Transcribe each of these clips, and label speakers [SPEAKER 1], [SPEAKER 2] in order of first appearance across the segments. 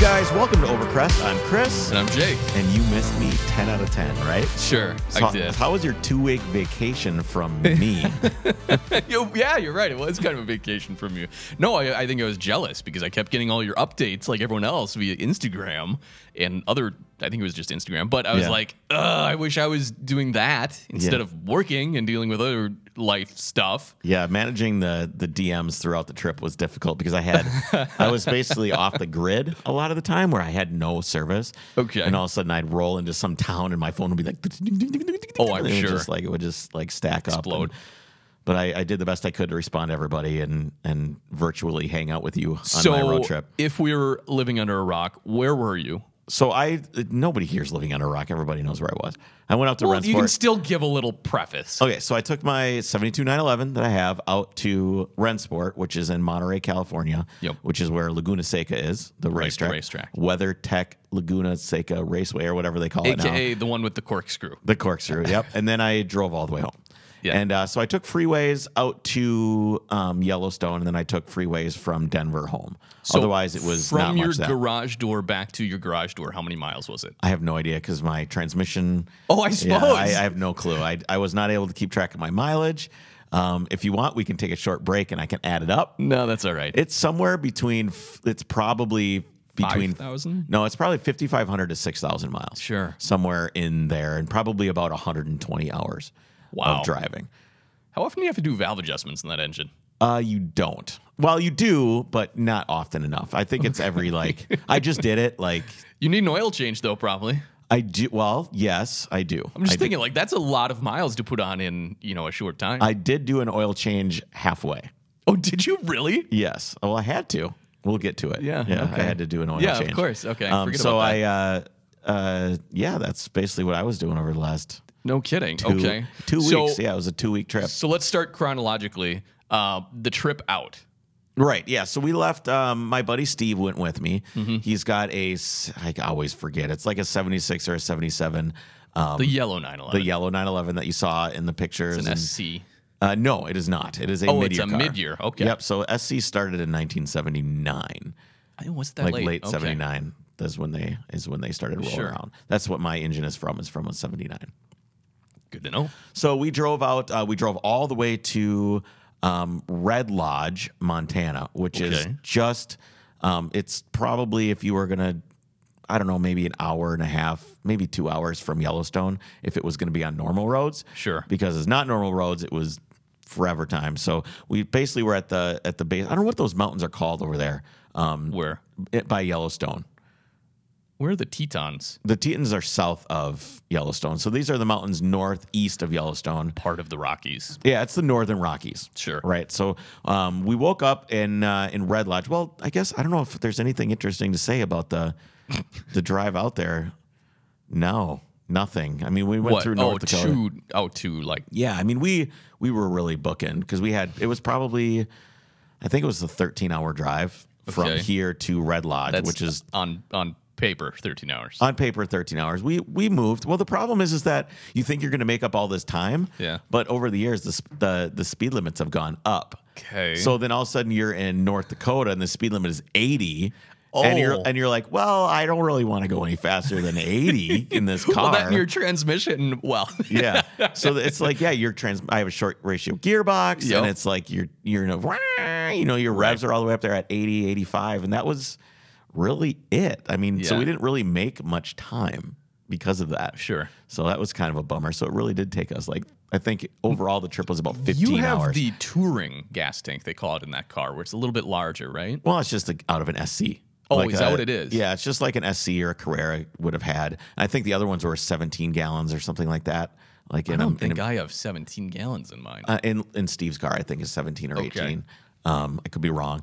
[SPEAKER 1] guys, welcome to Overcrest. I'm Chris,
[SPEAKER 2] And I'm Jake.
[SPEAKER 1] and you missed me 10 out of 10, right?
[SPEAKER 2] Sure,
[SPEAKER 1] So-
[SPEAKER 2] I did.
[SPEAKER 1] How was your two-week vacation from me?
[SPEAKER 2] You- yeah, you're right. It was kind of a vacation from you. No, I, I think I was jealous because I kept getting all your updates like everyone else via Instagram and other. I think it was just Instagram, but I was
[SPEAKER 1] Yeah.
[SPEAKER 2] like, Ugh, I wish I was doing that instead
[SPEAKER 1] Yeah.
[SPEAKER 2] of working and dealing with other life stuff.
[SPEAKER 1] yeah, managing the the DMs throughout the trip was difficult because I had I was basically off the grid a lot of the time where I had no service.
[SPEAKER 2] Okay.
[SPEAKER 1] And all of a sudden I'd roll into some town and my phone would be like
[SPEAKER 2] Oh, I'm
[SPEAKER 1] and it would
[SPEAKER 2] sure.
[SPEAKER 1] just like it would just like stack up.
[SPEAKER 2] Explode.
[SPEAKER 1] and- but I, I did the best I could to respond to everybody and and virtually hang out with you on
[SPEAKER 2] so,
[SPEAKER 1] my road trip.
[SPEAKER 2] if we were living under a rock, where were you?
[SPEAKER 1] So I nobody here's living under a rock. Everybody knows where I was. I went out to
[SPEAKER 2] Well, you can
[SPEAKER 1] Rensport.
[SPEAKER 2] still give a little preface.
[SPEAKER 1] okay, so I took my 72 911 that I have out to Rensport, which is in Monterey, California,
[SPEAKER 2] Yep.
[SPEAKER 1] which is where Laguna Seca is, the racetrack.
[SPEAKER 2] racetrack.
[SPEAKER 1] Weather Tech Laguna Seca Raceway or whatever they call it now.
[SPEAKER 2] AKA the one with the corkscrew.
[SPEAKER 1] The corkscrew, yep. And then I drove all the way home.
[SPEAKER 2] Yeah.
[SPEAKER 1] And uh, so I took freeways out to um, Yellowstone, and then I took freeways from Denver home.
[SPEAKER 2] So
[SPEAKER 1] Otherwise, it was
[SPEAKER 2] from
[SPEAKER 1] not
[SPEAKER 2] your
[SPEAKER 1] much that.
[SPEAKER 2] garage door back to your garage door. How many miles was it?
[SPEAKER 1] I have no idea because my transmission.
[SPEAKER 2] Oh, I
[SPEAKER 1] Yeah,
[SPEAKER 2] suppose.
[SPEAKER 1] I, I have no clue. I, I was not able to keep track of my mileage. Um, if you want, we can take a short break and I can add it up.
[SPEAKER 2] No, that's all right.
[SPEAKER 1] It's somewhere between. f- It's probably between.
[SPEAKER 2] 5,000?
[SPEAKER 1] No, it's probably fifty five hundred to six thousand miles.
[SPEAKER 2] Sure.
[SPEAKER 1] somewhere in there, and probably about one hundred and twenty hours
[SPEAKER 2] Wow.
[SPEAKER 1] of driving.
[SPEAKER 2] How often do you have to do valve adjustments in that engine?
[SPEAKER 1] Uh, you don't. Well, you do, but not often enough. I think it's every like. I just did it. Like
[SPEAKER 2] You need an oil change though, probably.
[SPEAKER 1] I do. Well, yes, I do.
[SPEAKER 2] I'm just
[SPEAKER 1] I do.
[SPEAKER 2] thinking like that's a lot of miles to put on in you know a short time.
[SPEAKER 1] I did do an oil change halfway.
[SPEAKER 2] oh, did you really?
[SPEAKER 1] Yes. Well, I had to. We'll get to it.
[SPEAKER 2] Yeah,
[SPEAKER 1] Yeah.
[SPEAKER 2] okay.
[SPEAKER 1] I had to do an oil
[SPEAKER 2] Yeah, of
[SPEAKER 1] change.
[SPEAKER 2] course. Okay,
[SPEAKER 1] Um,
[SPEAKER 2] forget
[SPEAKER 1] so
[SPEAKER 2] about
[SPEAKER 1] I, uh, uh, yeah, that's basically what I was doing over the last
[SPEAKER 2] No kidding.
[SPEAKER 1] two,
[SPEAKER 2] okay,
[SPEAKER 1] two
[SPEAKER 2] So-
[SPEAKER 1] weeks. yeah, it was a two week trip.
[SPEAKER 2] So let's start chronologically. Uh, the trip out.
[SPEAKER 1] Right. Yeah. So we left. Um, my buddy Steve went with me.
[SPEAKER 2] Mm-hmm.
[SPEAKER 1] He's got a, s- I always forget, it's like a 76 or a 77, um,
[SPEAKER 2] The yellow 911.
[SPEAKER 1] the yellow 911 that you saw in the pictures.
[SPEAKER 2] an
[SPEAKER 1] and-
[SPEAKER 2] SC.
[SPEAKER 1] Uh, no, it is not. It is a
[SPEAKER 2] Oh,
[SPEAKER 1] mid
[SPEAKER 2] it's
[SPEAKER 1] year.
[SPEAKER 2] a mid-year. Okay.
[SPEAKER 1] Yep. So SC started in 1979.
[SPEAKER 2] I was that
[SPEAKER 1] like
[SPEAKER 2] late.
[SPEAKER 1] late,
[SPEAKER 2] Okay.
[SPEAKER 1] '79. That's when they is when they started rolling
[SPEAKER 2] Sure.
[SPEAKER 1] around. That's what my engine is from. Is from '79.
[SPEAKER 2] Good to know.
[SPEAKER 1] So we drove out. Uh, we drove all the way to um, Red Lodge, Montana, which is
[SPEAKER 2] Okay.
[SPEAKER 1] just. Um, it's probably if you were gonna, I don't know, maybe an hour and a half, maybe two hours from Yellowstone, if it was gonna be on normal roads.
[SPEAKER 2] Sure.
[SPEAKER 1] Because it's not normal roads. It was forever time. So we basically were at the at the base. I don't know what those mountains are called over there. Um,
[SPEAKER 2] Where?
[SPEAKER 1] it- by Yellowstone.
[SPEAKER 2] Where are the Tetons?
[SPEAKER 1] the Tetons are south of Yellowstone. So these are the mountains northeast of Yellowstone.
[SPEAKER 2] Part of the Rockies.
[SPEAKER 1] Yeah, it's the Northern Rockies.
[SPEAKER 2] Sure.
[SPEAKER 1] Right. So um, we woke up in uh, in Red Lodge. Well, I guess I don't know if there's anything interesting to say about the the drive out there. No, nothing. I mean, we went
[SPEAKER 2] What?
[SPEAKER 1] through North
[SPEAKER 2] oh,
[SPEAKER 1] Dakota.
[SPEAKER 2] to oh to like
[SPEAKER 1] Yeah, I mean, we we were really booking because we had it was probably, I think it was a 13 hour drive from
[SPEAKER 2] Okay.
[SPEAKER 1] here to Red Lodge,
[SPEAKER 2] that's
[SPEAKER 1] which is
[SPEAKER 2] on on paper 13 hours.
[SPEAKER 1] on paper 13 hours we we moved well the problem is is that you think you're going to make up all this time
[SPEAKER 2] Yeah.
[SPEAKER 1] but over the years the sp- the, the speed limits have gone up
[SPEAKER 2] Okay.
[SPEAKER 1] so then all of a sudden you're in north dakota and the speed limit is 80 and you're
[SPEAKER 2] Oh.
[SPEAKER 1] and you're like well i don't really want to go any faster than 80 in this car
[SPEAKER 2] Well, that and your transmission. Well,
[SPEAKER 1] yeah so it's like yeah your trans i have a short ratio gearbox
[SPEAKER 2] Yep.
[SPEAKER 1] and it's like you're you're in a wah, you know your revs are all the way up there at 80 85 and that was really it i mean so
[SPEAKER 2] Yeah.
[SPEAKER 1] we didn't really make much time because of that
[SPEAKER 2] sure.
[SPEAKER 1] so that was kind of a bummer so it really did take us like i think overall the trip was about 15
[SPEAKER 2] You have
[SPEAKER 1] hours
[SPEAKER 2] the touring gas tank they call it in that car, where it's a little bit larger, right?
[SPEAKER 1] well it's just like out of an sc
[SPEAKER 2] Oh,
[SPEAKER 1] Like
[SPEAKER 2] is that
[SPEAKER 1] a-
[SPEAKER 2] what it is?
[SPEAKER 1] Yeah, it's just like an SC or a Carrera would have had. I think the other ones were 17 gallons or something like that. Like in
[SPEAKER 2] I
[SPEAKER 1] a,
[SPEAKER 2] don't
[SPEAKER 1] in
[SPEAKER 2] think I have 17 gallons in mine.
[SPEAKER 1] uh, in in Steve's car, I think is seventeen or eighteen. Um, I could be wrong.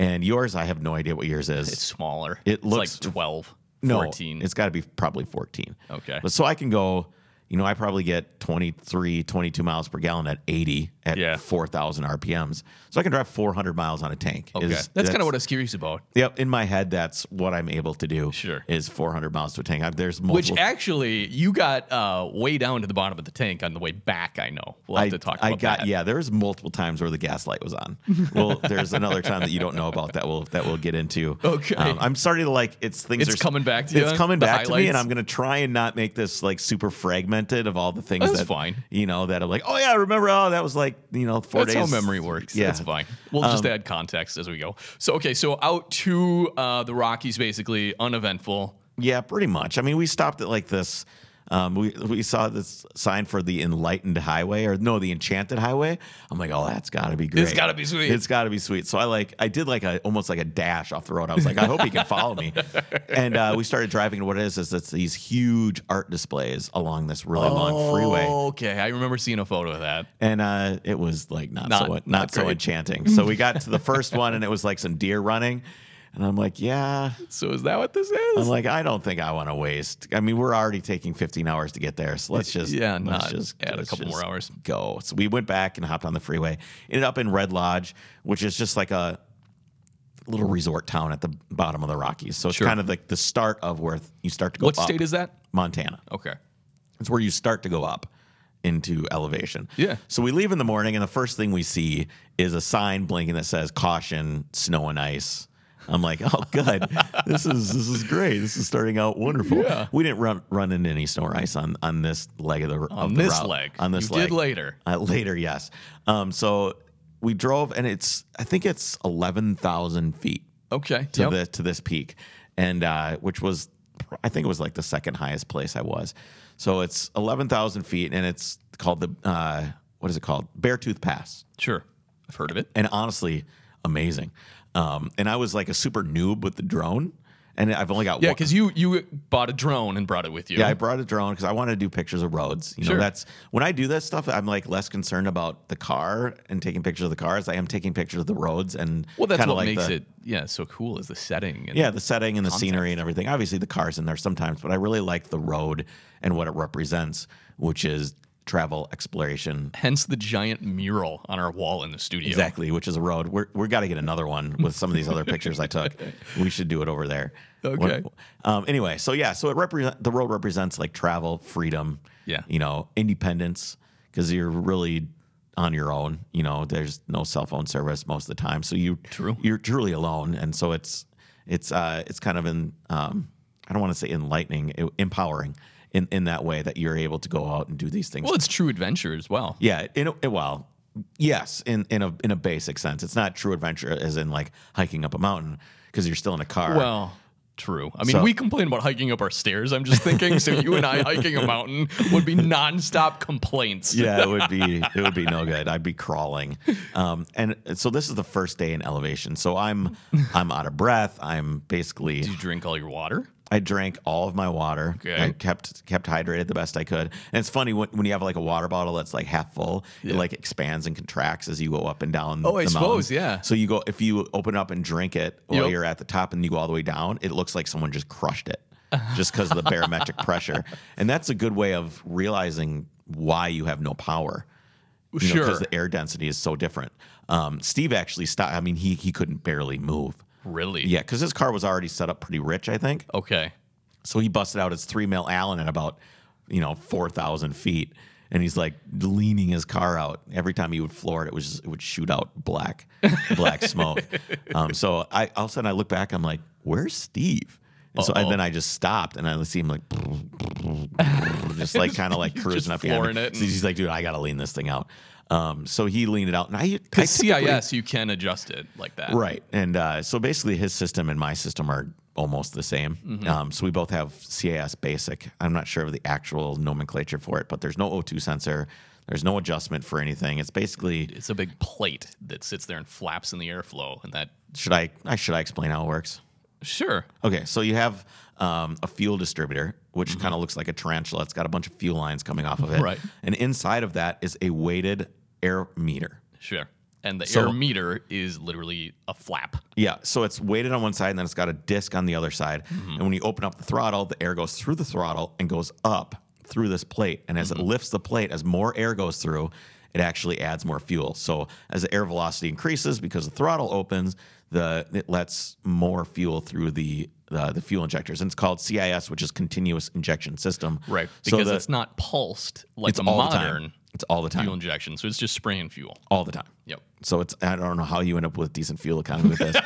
[SPEAKER 1] And yours, I have no idea what yours is.
[SPEAKER 2] it's smaller.
[SPEAKER 1] it
[SPEAKER 2] It's
[SPEAKER 1] looks-
[SPEAKER 2] like 12,
[SPEAKER 1] no,
[SPEAKER 2] 14.
[SPEAKER 1] it's got to be probably fourteen.
[SPEAKER 2] Okay.
[SPEAKER 1] but so I can go. You know, I probably get 23, 22 miles per gallon at 80 at
[SPEAKER 2] Yeah.
[SPEAKER 1] 4,000 RPMs. So I can drive 400 miles on a tank.
[SPEAKER 2] Okay. that's kind of what I was curious about.
[SPEAKER 1] Yep, in my head, that's what I'm able to do.
[SPEAKER 2] Sure.
[SPEAKER 1] is 400 miles to a tank. I, there's
[SPEAKER 2] Which
[SPEAKER 1] multiple.
[SPEAKER 2] actually, you got uh, way down to the bottom of the tank on the way back. I know. We'll have
[SPEAKER 1] I,
[SPEAKER 2] to talk about
[SPEAKER 1] I got
[SPEAKER 2] that.
[SPEAKER 1] yeah. There's multiple times where the gas light was on. Well, there's another time that you don't know about that we'll that we'll get into. Um,
[SPEAKER 2] Okay.
[SPEAKER 1] I'm starting to like it's things.
[SPEAKER 2] It's
[SPEAKER 1] are,
[SPEAKER 2] coming back to
[SPEAKER 1] It's
[SPEAKER 2] you,
[SPEAKER 1] coming
[SPEAKER 2] the
[SPEAKER 1] back to me, and
[SPEAKER 2] highlights?
[SPEAKER 1] I'm gonna try and not make this like super fragmented of all the things
[SPEAKER 2] That's
[SPEAKER 1] that
[SPEAKER 2] fine.
[SPEAKER 1] You know that I'm like, oh yeah, I remember. Oh, that was like you know four
[SPEAKER 2] That's
[SPEAKER 1] days.
[SPEAKER 2] how memory works.
[SPEAKER 1] Yeah, Um,
[SPEAKER 2] Yeah, it's fine. We'll just add context as we go. So okay, so out to uh, the Rockies, basically uneventful.
[SPEAKER 1] Yeah, pretty much. I mean, we stopped at like this. Um, we we saw this sign for the Enlightened Highway, or no, the Enchanted Highway. I'm like, oh, that's got to be great.
[SPEAKER 2] It's gotta be sweet.
[SPEAKER 1] It's got to be sweet. So I like, I did like a almost like a dash off the road. I was like, I hope he can follow me. And uh, we started driving, and what it is is it's these huge art displays along this really long freeway
[SPEAKER 2] Okay, I remember seeing a photo of that.
[SPEAKER 1] and uh, it was like not,
[SPEAKER 2] Not-
[SPEAKER 1] so not,
[SPEAKER 2] not
[SPEAKER 1] so
[SPEAKER 2] great.
[SPEAKER 1] enchanting. So we got to the first one, and it was like some deer running, and I'm like, yeah,
[SPEAKER 2] So is that what this
[SPEAKER 1] I'm
[SPEAKER 2] is?
[SPEAKER 1] like, I don't think I want to waste. I mean, we're already taking 15 hours to get there, so let's just
[SPEAKER 2] Yeah,
[SPEAKER 1] let's
[SPEAKER 2] not add a
[SPEAKER 1] let's
[SPEAKER 2] couple more hours.
[SPEAKER 1] Go. So we went back and hopped on the freeway. Ended up in Red Lodge, which is just like a little resort town at the bottom of the Rockies. So it's
[SPEAKER 2] Sure.
[SPEAKER 1] kind of like the start of where you start to go.
[SPEAKER 2] What
[SPEAKER 1] up.
[SPEAKER 2] state is that?
[SPEAKER 1] Montana?
[SPEAKER 2] Okay.
[SPEAKER 1] It's where you start to go up into elevation.
[SPEAKER 2] Yeah.
[SPEAKER 1] So we leave in the morning, and the first thing we see is a sign blinking that says "Caution: Snow and Ice." I'm like, oh, good. this is this is great. This is starting out wonderful.
[SPEAKER 2] Yeah.
[SPEAKER 1] We didn't run run into any snow or ice on on this leg of the of
[SPEAKER 2] On
[SPEAKER 1] the
[SPEAKER 2] this
[SPEAKER 1] route.
[SPEAKER 2] leg.
[SPEAKER 1] on this
[SPEAKER 2] you
[SPEAKER 1] leg
[SPEAKER 2] did later.
[SPEAKER 1] uh, later. Yes. Um. So we drove, and it's I think it's eleven thousand feet
[SPEAKER 2] Okay.
[SPEAKER 1] to
[SPEAKER 2] yep.
[SPEAKER 1] the to this peak, and uh, which was I think it was like the second highest place I was. So it's eleven thousand feet, and it's called the uh, what is it called Beartooth Pass,
[SPEAKER 2] Sure. I've heard of it.
[SPEAKER 1] and honestly, amazing. Um, and I was like a super noob with the drone, and I've only got
[SPEAKER 2] Yeah,
[SPEAKER 1] one.
[SPEAKER 2] because you you bought a drone and brought it with you.
[SPEAKER 1] Yeah, I brought a drone because I want to do pictures of roads. You
[SPEAKER 2] Sure.
[SPEAKER 1] know, that's when I do that stuff, I'm like less concerned about the car and taking pictures of the cars. I am taking pictures of the roads and
[SPEAKER 2] well, that's
[SPEAKER 1] kinda
[SPEAKER 2] what
[SPEAKER 1] like
[SPEAKER 2] makes
[SPEAKER 1] the-
[SPEAKER 2] it yeah so cool is the setting. And
[SPEAKER 1] Yeah, the setting and the scenery and everything. Obviously, the cars in there sometimes, but I really like the road and what it represents, which is travel exploration.
[SPEAKER 2] Hence the giant mural on our wall in the studio.
[SPEAKER 1] Exactly, which is a road. We're we got to get another one with some of these other pictures I took. We should do it over there.
[SPEAKER 2] Okay.
[SPEAKER 1] What- um, anyway, so yeah, so it represent the road represents like travel, freedom.
[SPEAKER 2] Yeah.
[SPEAKER 1] You know, independence because you're really on your own. You know, there's no cell phone service most of the time, so you
[SPEAKER 2] True.
[SPEAKER 1] you're truly alone, and so it's it's uh it's kind of in um I don't want to say enlightening, e- empowering in in that way that you're able to go out and do these things.
[SPEAKER 2] Well, it's true adventure as well.
[SPEAKER 1] Yeah, in a, well, yes, in in a in a basic sense, it's not true adventure as in like hiking up a mountain because you're still in a car.
[SPEAKER 2] Well, true. I mean,
[SPEAKER 1] So-
[SPEAKER 2] we complain about hiking up our stairs. I'm just thinking. so you and I hiking a mountain would be nonstop complaints.
[SPEAKER 1] yeah, it would be it would be no good. I'd be crawling. Um, and so this is the first day in elevation. So I'm I'm out of breath. I'm basically
[SPEAKER 2] Did you drink all your water?
[SPEAKER 1] I drank all of my water.
[SPEAKER 2] Okay.
[SPEAKER 1] I kept kept hydrated the best I could. And it's funny when, when you have like a water bottle that's like half full, it like expands and contracts as you go up and down.
[SPEAKER 2] Oh, I
[SPEAKER 1] the
[SPEAKER 2] suppose,
[SPEAKER 1] mountain.
[SPEAKER 2] yeah.
[SPEAKER 1] So you go if you open up and drink it while
[SPEAKER 2] Yep.
[SPEAKER 1] you're at the top and you go all the way down, it looks like someone just crushed it just because of the barometric pressure. And that's a good way of realizing why you have no power. You know,
[SPEAKER 2] Sure.
[SPEAKER 1] Because the air density is so different. Um, Steve actually stopped. I mean, he he couldn't barely move.
[SPEAKER 2] Really?
[SPEAKER 1] Yeah, because his car was already set up pretty rich, I think.
[SPEAKER 2] Okay.
[SPEAKER 1] So he busted out his three mil Allen at about, you know, 4,000 feet. And he's like leaning his car out. Every time he would floor it, it, was just, it would shoot out black, black smoke. Um, so I all of a sudden I look back, I'm like, where's Steve? And so and then I just stopped and I see him like, just like kind of like cruising up behind
[SPEAKER 2] flooring
[SPEAKER 1] me.
[SPEAKER 2] it
[SPEAKER 1] So he's like, dude, I got to lean this thing out. Um, so he leaned it out. And I, I
[SPEAKER 2] Because
[SPEAKER 1] typically-
[SPEAKER 2] CIS, you can adjust it like that.
[SPEAKER 1] Right. And uh, so basically, his system and my system are almost the same. Um, so we both have CAS basic. I'm not sure of the actual nomenclature for it, but there's no O2 sensor. There's no adjustment for anything. It's basically
[SPEAKER 2] It's a big plate that sits there and flaps in the airflow, and that
[SPEAKER 1] should I, I should I explain how it works?
[SPEAKER 2] sure.
[SPEAKER 1] Okay, so you have um, a fuel distributor, which kind of looks like a tarantula. It's got a bunch of fuel lines coming off of it.
[SPEAKER 2] Right.
[SPEAKER 1] And inside of that is a weighted air meter.
[SPEAKER 2] Sure. And the
[SPEAKER 1] So-
[SPEAKER 2] air meter is literally a flap.
[SPEAKER 1] Yeah, so it's weighted on one side and then it's
[SPEAKER 2] Mm-hmm.
[SPEAKER 1] got a disc on the other side. And when you open up the throttle, the air goes through the throttle and goes up through this plate, and
[SPEAKER 2] Mm-hmm.
[SPEAKER 1] as it lifts the plate, as more air goes through, it actually adds more fuel. So as the air velocity increases because the throttle opens, the it lets more fuel through the the, the fuel injectors, and it's called CIS, which is continuous injection system.
[SPEAKER 2] Right.
[SPEAKER 1] So
[SPEAKER 2] Because
[SPEAKER 1] the-
[SPEAKER 2] it's not pulsed like
[SPEAKER 1] it's
[SPEAKER 2] a
[SPEAKER 1] all the
[SPEAKER 2] modern
[SPEAKER 1] time. It's all the time.
[SPEAKER 2] fuel injection. So it's just spraying fuel.
[SPEAKER 1] All the time.
[SPEAKER 2] Yep.
[SPEAKER 1] So it's I don't know how you end up with decent fuel economy with this,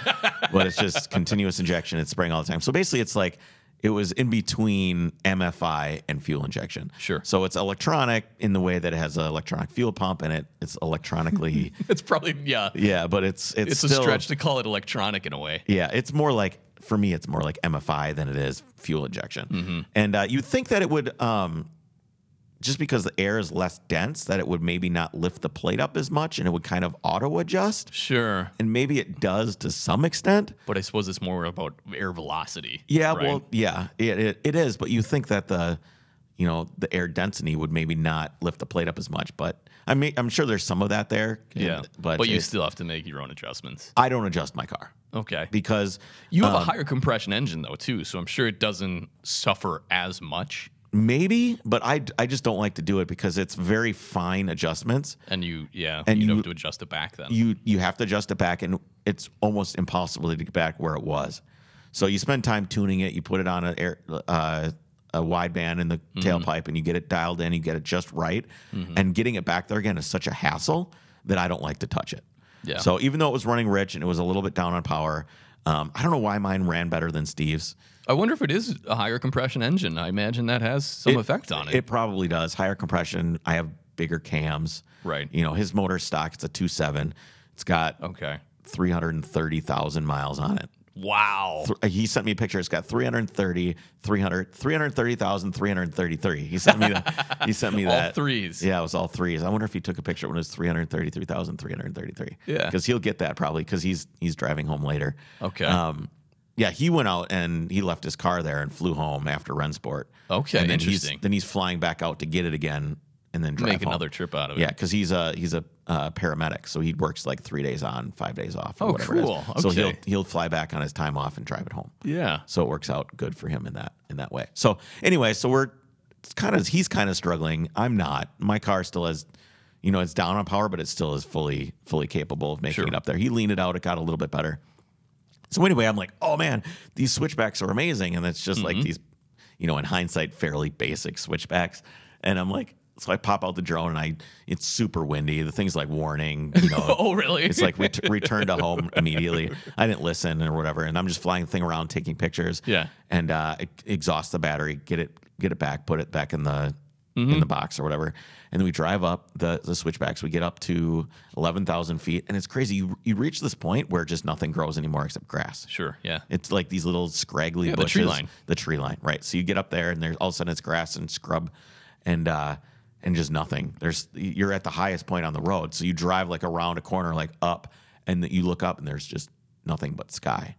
[SPEAKER 1] but it's just continuous injection. It's spraying all the time. So basically, it's like it was in between MFI and fuel injection.
[SPEAKER 2] Sure.
[SPEAKER 1] So it's electronic in the way that it has an electronic fuel pump in it. It's electronically,
[SPEAKER 2] It's probably yeah.
[SPEAKER 1] yeah, but it's it's,
[SPEAKER 2] It's
[SPEAKER 1] still,
[SPEAKER 2] a stretch to call it electronic in a way.
[SPEAKER 1] Yeah, it's more like for me, it's more like MFI than it is fuel injection.
[SPEAKER 2] Mm-hmm.
[SPEAKER 1] And uh, you'd think that it would, um, just because the air is less dense, that it would maybe not lift the plate up as much, and it would kind of auto adjust
[SPEAKER 2] Sure.
[SPEAKER 1] and maybe it does to some extent.
[SPEAKER 2] But I suppose it's more about air velocity.
[SPEAKER 1] Yeah,
[SPEAKER 2] right?
[SPEAKER 1] well, yeah, it, it, it is. But you think that the, you know, the air density would maybe not lift the plate up as much. But I mean, I'm sure there's some of that there.
[SPEAKER 2] yeah.
[SPEAKER 1] And-
[SPEAKER 2] But,
[SPEAKER 1] but,
[SPEAKER 2] you
[SPEAKER 1] it-
[SPEAKER 2] still have to make your own adjustments.
[SPEAKER 1] I don't adjust my car
[SPEAKER 2] Okay.
[SPEAKER 1] because
[SPEAKER 2] You have
[SPEAKER 1] Um,
[SPEAKER 2] a higher compression engine though too, so I'm sure it doesn't suffer as much.
[SPEAKER 1] maybe, but I I just don't like to do it because it's very fine adjustments.
[SPEAKER 2] And you, yeah,
[SPEAKER 1] And
[SPEAKER 2] you'd
[SPEAKER 1] you-
[SPEAKER 2] have to adjust it back then.
[SPEAKER 1] you you have to adjust it back and it's almost impossible to get back where it was so you spend time tuning it you put it on an air uh, a wideband in the
[SPEAKER 2] Mm-hmm.
[SPEAKER 1] tailpipe and you get it dialed in you get it just right and getting it back there again is such a hassle that i don't like to touch it
[SPEAKER 2] Yeah.
[SPEAKER 1] so even though it was running rich and it was a little bit down on power um, i don't know why mine ran better than steve's
[SPEAKER 2] I wonder if it is a higher compression engine. I imagine that has some effect on it.
[SPEAKER 1] It probably does. Higher compression. I have bigger cams.
[SPEAKER 2] Right. Oh.
[SPEAKER 1] You know, his motor stock, it's a 2.7. It's got
[SPEAKER 2] Okay.
[SPEAKER 1] 330,000 miles on it.
[SPEAKER 2] Wow.
[SPEAKER 1] th- uh, he sent me a picture. It's got 330, 300, 330,000, 333. He sent me that. he sent me
[SPEAKER 2] All
[SPEAKER 1] that.
[SPEAKER 2] threes.
[SPEAKER 1] Yeah, it was all threes. I wonder if he took a picture when it was 333,333.
[SPEAKER 2] Yeah.
[SPEAKER 1] Because he'll get that probably because he's he's driving home later.
[SPEAKER 2] Okay.
[SPEAKER 1] Um, yeah, he went out and he left his car there and flew home after Rensport.
[SPEAKER 2] Okay,
[SPEAKER 1] and then
[SPEAKER 2] interesting.
[SPEAKER 1] He's, then he's flying back out to get it again and then drive
[SPEAKER 2] Make
[SPEAKER 1] home.
[SPEAKER 2] another trip out of it.
[SPEAKER 1] Yeah, because he's a he's a uh, paramedic, so he works like three days on, five days off. Or
[SPEAKER 2] Oh,
[SPEAKER 1] whatever it is.
[SPEAKER 2] cool.
[SPEAKER 1] So
[SPEAKER 2] Okay.
[SPEAKER 1] he'll he'll fly back on his time off and drive it home.
[SPEAKER 2] Yeah.
[SPEAKER 1] So it works out good for him in that in that way. So anyway, so we're kind of he's kind of struggling. I'm not. My car still has, you know, it's down on power, but it still is fully fully capable of making
[SPEAKER 2] Sure.
[SPEAKER 1] it up there. He leaned it out. It got a little bit better. So anyway, I'm like, oh man, these switchbacks are amazing, and it's just like
[SPEAKER 2] Mm-hmm.
[SPEAKER 1] these, you know, in hindsight, fairly basic switchbacks. And I'm like, so I pop out the drone, and I it's super windy. The thing's like warning, you know,
[SPEAKER 2] Oh, really?
[SPEAKER 1] it's like ret- return to home immediately. I didn't listen or whatever, and I'm just flying the thing around, taking pictures.
[SPEAKER 2] Yeah.
[SPEAKER 1] and uh, I exhaust the battery, get it, get it back, put it back in the in the box or whatever, and then we drive up the the switchbacks. We get up to eleven thousand feet, and it's crazy. You you reach this point where just nothing grows anymore except grass.
[SPEAKER 2] sure. Yeah.
[SPEAKER 1] It's like these little scraggly
[SPEAKER 2] Yeah, the
[SPEAKER 1] bushes.
[SPEAKER 2] tree line.
[SPEAKER 1] The tree line, right? So you get up there, and there's all of a sudden it's grass and scrub, and uh, and just nothing. There's you're at the highest point on the road, so you drive like around a corner, like up, and you look up, and there's just nothing but sky,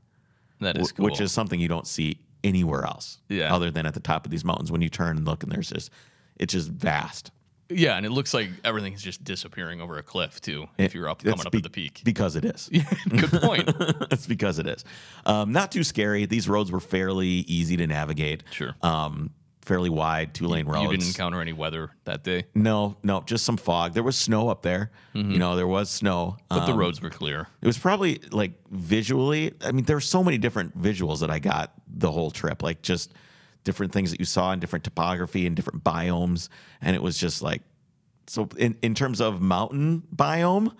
[SPEAKER 2] That is
[SPEAKER 1] wh-
[SPEAKER 2] cool.
[SPEAKER 1] which is something you don't see anywhere else,
[SPEAKER 2] Yeah.
[SPEAKER 1] other than at the top of these mountains. When you turn and look, and there's just it's just vast.
[SPEAKER 2] yeah, and it looks like everything's just disappearing over a cliff too. If you're up coming
[SPEAKER 1] That's
[SPEAKER 2] up
[SPEAKER 1] be-
[SPEAKER 2] at the peak.
[SPEAKER 1] because it is.
[SPEAKER 2] Good point.
[SPEAKER 1] That's because it is. Um, not too scary. These roads were fairly easy to navigate.
[SPEAKER 2] Sure.
[SPEAKER 1] Um, fairly wide, two lane roads.
[SPEAKER 2] you didn't encounter any weather that day,
[SPEAKER 1] no, no, just some fog. There was snow up there. You know, there was snow.
[SPEAKER 2] Mm-hmm. but
[SPEAKER 1] Um,
[SPEAKER 2] the roads were clear.
[SPEAKER 1] it was probably like visually. I mean, there were so many different visuals that I got the whole trip, like just different things that you saw and different topography and different biomes. And it was just like, so in, in terms of mountain biome,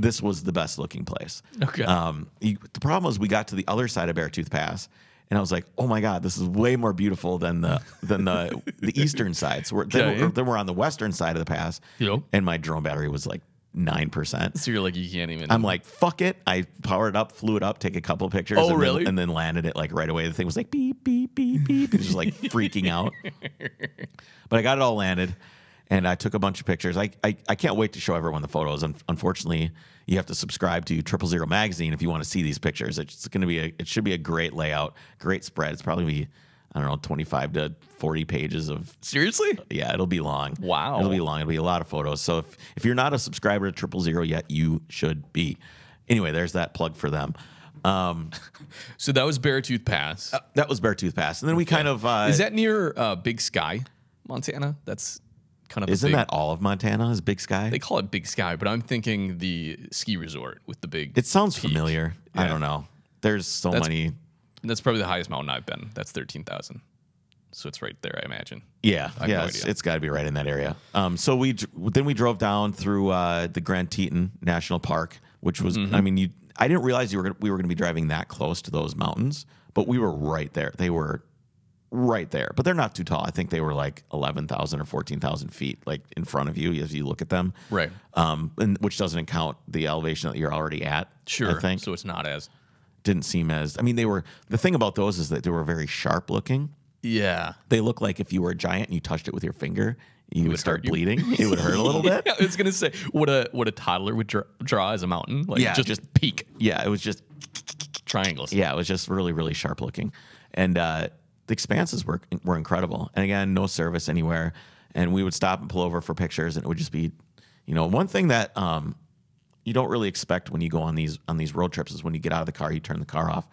[SPEAKER 1] this was the best looking place.
[SPEAKER 2] Mm-hmm. Okay.
[SPEAKER 1] Um, you, the problem is we got to the other side of Beartooth Pass, and I was like, "Oh my god, this is way more beautiful than the than the the eastern side." So we're, then,
[SPEAKER 2] Okay.
[SPEAKER 1] we're, then we're on the western side of the pass,
[SPEAKER 2] Yep.
[SPEAKER 1] and my drone battery was like nine percent.
[SPEAKER 2] So you're like you can't even.
[SPEAKER 1] I'm like, "Fuck it!" I powered it up, flew it up, take a couple pictures,
[SPEAKER 2] Oh,
[SPEAKER 1] and,
[SPEAKER 2] really?
[SPEAKER 1] then, and then landed it like right away. The thing was like beep beep beep beep, It was just like freaking out. But I got it all landed. And I took a bunch of pictures. I, I, I can't wait to show everyone the photos. Un- unfortunately, you have to subscribe to Triple Zero Magazine if you want to see these pictures. It's going to be a, it should be a great layout, great spread. It's probably gonna be I don't know twenty five to forty pages of
[SPEAKER 2] seriously?
[SPEAKER 1] yeah. It'll be long.
[SPEAKER 2] Wow.
[SPEAKER 1] it'll be long. It'll be a lot of photos. So if if you're not a subscriber to Triple Zero yet, you should be. Anyway, there's that plug for them. Um,
[SPEAKER 2] So that was Beartooth Pass.
[SPEAKER 1] that was Beartooth Pass, and then we kind of uh,
[SPEAKER 2] is that near uh, Big Sky? Montana. That's kind of a
[SPEAKER 1] Isn't
[SPEAKER 2] big-
[SPEAKER 1] that all of Montana? Is Big Sky?
[SPEAKER 2] they call it Big Sky, but I'm thinking the ski resort with the big.
[SPEAKER 1] It sounds familiar. I
[SPEAKER 2] Yeah.
[SPEAKER 1] don't know. There's so
[SPEAKER 2] That's-
[SPEAKER 1] many.
[SPEAKER 2] that's probably the highest mountain I've been. That's thirteen thousand, so it's right there. I imagine.
[SPEAKER 1] Yeah,
[SPEAKER 2] have no
[SPEAKER 1] yeah, it's,
[SPEAKER 2] idea.
[SPEAKER 1] it's got to be right in that area. Um, so we dr- then we drove down through uh, the Grand Teton National Park, which was,
[SPEAKER 2] Mm-hmm.
[SPEAKER 1] I mean, you, I didn't realize you were gonna, we were going to be driving that close to those mountains, but we were right there. They were right there, but they're not too tall. I think they were like eleven thousand or fourteen thousand feet, like in front of you as you look at them,
[SPEAKER 2] Right.
[SPEAKER 1] Um, and which doesn't count the elevation that you're already at.
[SPEAKER 2] Sure.
[SPEAKER 1] I think
[SPEAKER 2] So it's not as.
[SPEAKER 1] didn't seem as. I mean, they were. The thing about those is that they were very sharp looking
[SPEAKER 2] Yeah.
[SPEAKER 1] they look like if you were a giant and you touched it with your finger, you would, start
[SPEAKER 2] hurt you.
[SPEAKER 1] bleeding. It would hurt a little bit.
[SPEAKER 2] I was gonna say what a what a toddler would draw, draw as a mountain, like
[SPEAKER 1] Yeah,
[SPEAKER 2] just,
[SPEAKER 1] just-
[SPEAKER 2] peak
[SPEAKER 1] Yeah, it was just
[SPEAKER 2] triangles.
[SPEAKER 1] yeah, it was just really really sharp looking, and uh, the expanses were were incredible. And again, no service anywhere, and we would stop and pull over for pictures, and it would just be, you know, one thing that um, you don't really expect when you go on these on these road trips is when you get out of the car, you turn the car off,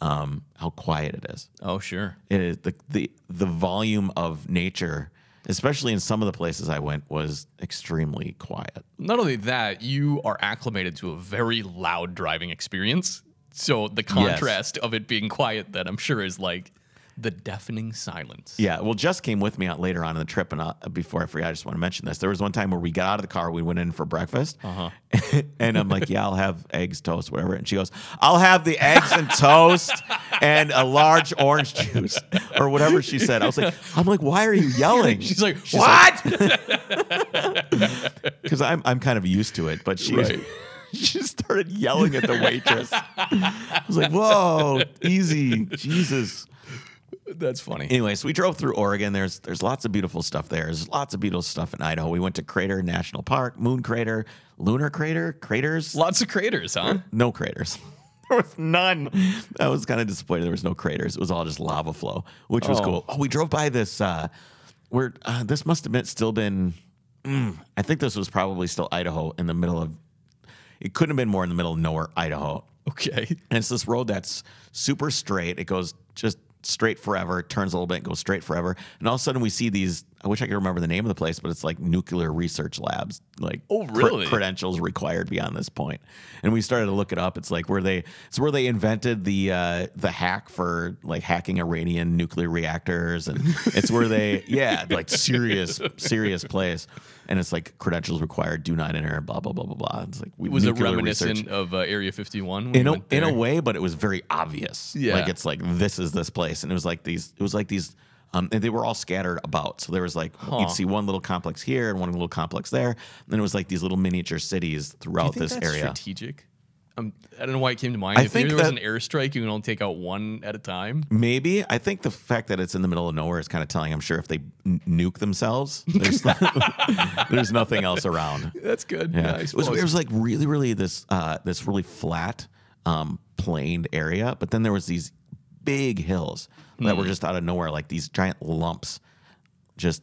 [SPEAKER 1] um, how quiet it is.
[SPEAKER 2] Oh sure.
[SPEAKER 1] it is the the the volume of nature, especially in some of the places I went, was extremely quiet.
[SPEAKER 2] Not only that, you are acclimated to a very loud driving experience. So the contrast of it being quiet, then I'm sure, is like the deafening silence.
[SPEAKER 1] Yeah, well, Jess came with me out later on in the trip, and uh, before I forget, I just want to mention this. There was one time where we got out of the car, we went in for breakfast,
[SPEAKER 2] Uh-huh.
[SPEAKER 1] and I'm like, "Yeah, I'll have eggs, toast, whatever," and she goes, "I'll have the eggs and toast and a large orange juice or whatever she said." I was like, "I'm like, why are you yelling?"
[SPEAKER 2] She's like,
[SPEAKER 1] She's like,
[SPEAKER 2] what?
[SPEAKER 1] Because I'm I'm kind of used to it, but she
[SPEAKER 2] Right.
[SPEAKER 1] she started yelling at the waitress. I was like, "Whoa, easy, Jesus!"
[SPEAKER 2] That's funny.
[SPEAKER 1] Anyway, so we drove through Oregon. There's there's lots of beautiful stuff there. There's lots of beautiful stuff in Idaho. We went to Crater National Park, Moon Crater, Lunar Crater, craters,
[SPEAKER 2] Lots of craters, huh?
[SPEAKER 1] no craters. There was none. I was kind of disappointed. There was no craters. It was all just lava flow, which was
[SPEAKER 2] Oh.
[SPEAKER 1] cool. Oh, we drove by this. Uh, where uh, this must have been still been. mm, I think this was probably still Idaho in the middle of. It couldn't have been more in the middle of nowhere, Idaho.
[SPEAKER 2] Okay.
[SPEAKER 1] And it's this road that's super straight. It goes just straight forever, It turns a little bit, goes straight forever. And all of a sudden we see these, I wish I could remember the name of the place, but it's like nuclear research labs, like
[SPEAKER 2] Oh,
[SPEAKER 1] cre-
[SPEAKER 2] really?
[SPEAKER 1] credentials required beyond this point. And we started to look it up. It's like where they it's where they invented the uh, the hack for like hacking Iranian nuclear reactors and it's where they yeah, like serious serious place. And it's like credentials required, do not enter, blah blah blah blah blah. It's like we
[SPEAKER 2] Was it
[SPEAKER 1] nuclear
[SPEAKER 2] reminiscent
[SPEAKER 1] research
[SPEAKER 2] of uh, Area 51?
[SPEAKER 1] in a, in a way, but it was very obvious.
[SPEAKER 2] Yeah.
[SPEAKER 1] Like it's like this is this place, and it was like these. It was like these. Um, and they were all scattered about. So there was like
[SPEAKER 2] Huh.
[SPEAKER 1] you'd see one little complex here and one little complex there. And it was like these little miniature cities throughout this area.
[SPEAKER 2] strategic? Um, I don't know why it came to mind.
[SPEAKER 1] I
[SPEAKER 2] if
[SPEAKER 1] think
[SPEAKER 2] there was
[SPEAKER 1] that-
[SPEAKER 2] an airstrike, you can only take out one at a time.
[SPEAKER 1] Maybe I think the fact that it's in the middle of nowhere is kind of telling. I'm sure if they n- nuke themselves, there's, there's nothing else around.
[SPEAKER 2] That's good.
[SPEAKER 1] Yeah.
[SPEAKER 2] Nice.
[SPEAKER 1] it, was, it was like really, really this uh, this really flat, um, planed area, but then there was these big hills that
[SPEAKER 2] Hmm.
[SPEAKER 1] were just out of nowhere, like these giant lumps, just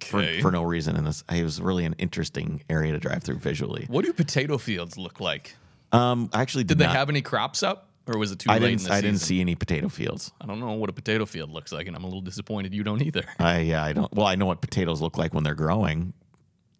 [SPEAKER 1] for,
[SPEAKER 2] Okay.
[SPEAKER 1] for no reason. And this it was really an interesting area to drive through visually.
[SPEAKER 2] What do potato fields look like?
[SPEAKER 1] Um, I actually did,
[SPEAKER 2] Did they
[SPEAKER 1] not.
[SPEAKER 2] have any crops up, or was it too
[SPEAKER 1] I
[SPEAKER 2] late in
[SPEAKER 1] didn't.
[SPEAKER 2] the
[SPEAKER 1] I
[SPEAKER 2] season?
[SPEAKER 1] didn't see any potato fields.
[SPEAKER 2] I don't know what a potato field looks like, and I'm a little disappointed you don't either.
[SPEAKER 1] I yeah. I don't. Well, I know what potatoes look like when they're growing.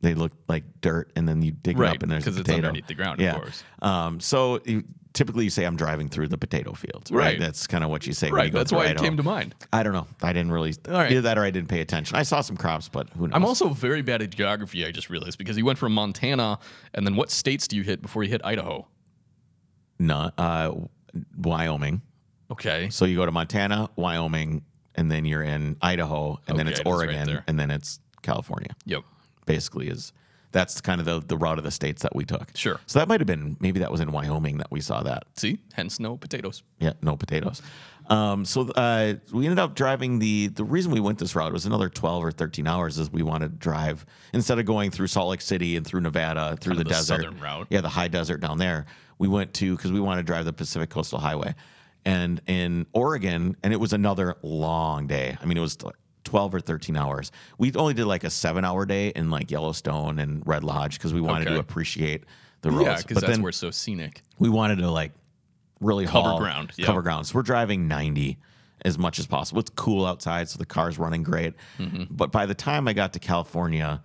[SPEAKER 1] They look like dirt, and then you dig it
[SPEAKER 2] Right,
[SPEAKER 1] up, and there's a
[SPEAKER 2] 'cause it's
[SPEAKER 1] potato.
[SPEAKER 2] underneath the ground, of course.
[SPEAKER 1] Um, so you, typically, you say I'm driving through the potato fields, right?
[SPEAKER 2] Right.
[SPEAKER 1] That's kind of what you say. when you
[SPEAKER 2] Right.
[SPEAKER 1] go
[SPEAKER 2] That's
[SPEAKER 1] through
[SPEAKER 2] why it
[SPEAKER 1] Idaho.
[SPEAKER 2] came to mind.
[SPEAKER 1] I don't know. I didn't really
[SPEAKER 2] right.
[SPEAKER 1] either that, or I didn't pay attention. I saw some crops, but who knows?
[SPEAKER 2] I'm also very bad at geography. I just realized because you went from Montana, and then what states do you hit before you hit Idaho?
[SPEAKER 1] no, uh, Wyoming.
[SPEAKER 2] Okay.
[SPEAKER 1] So you go to Montana, Wyoming, and then you're in Idaho, and then
[SPEAKER 2] Okay,
[SPEAKER 1] it's
[SPEAKER 2] it is right
[SPEAKER 1] Oregon,
[SPEAKER 2] there.
[SPEAKER 1] and then it's California.
[SPEAKER 2] Yep.
[SPEAKER 1] basically is that's kind of the, the route of the states that we took.
[SPEAKER 2] Sure.
[SPEAKER 1] So that might have been maybe that was in Wyoming that we saw that.
[SPEAKER 2] See, hence no potatoes.
[SPEAKER 1] Yeah, no potatoes. Um, so uh, we ended up driving the the reason we went this route was another twelve or thirteen hours is we wanted to drive instead of going through Salt Lake City and through Nevada through the,
[SPEAKER 2] the
[SPEAKER 1] desert
[SPEAKER 2] southern route.
[SPEAKER 1] Yeah, the high desert down there. We went to because we wanted to drive the Pacific Coastal Highway, and in Oregon, and it was another long day. I mean, it was. like 12 or 13 hours. We only did like a seven hour day in like Yellowstone and Red Lodge because we wanted
[SPEAKER 2] Okay.
[SPEAKER 1] to appreciate the roads.
[SPEAKER 2] Yeah, because
[SPEAKER 1] But
[SPEAKER 2] that's
[SPEAKER 1] then-
[SPEAKER 2] where it's so scenic.
[SPEAKER 1] we wanted to like really
[SPEAKER 2] Cover
[SPEAKER 1] haul-
[SPEAKER 2] ground, yeah.
[SPEAKER 1] cover ground. So we're driving 90 as much as possible. It's cool outside, so the car's running great.
[SPEAKER 2] Mm-hmm.
[SPEAKER 1] But by the time I got to California,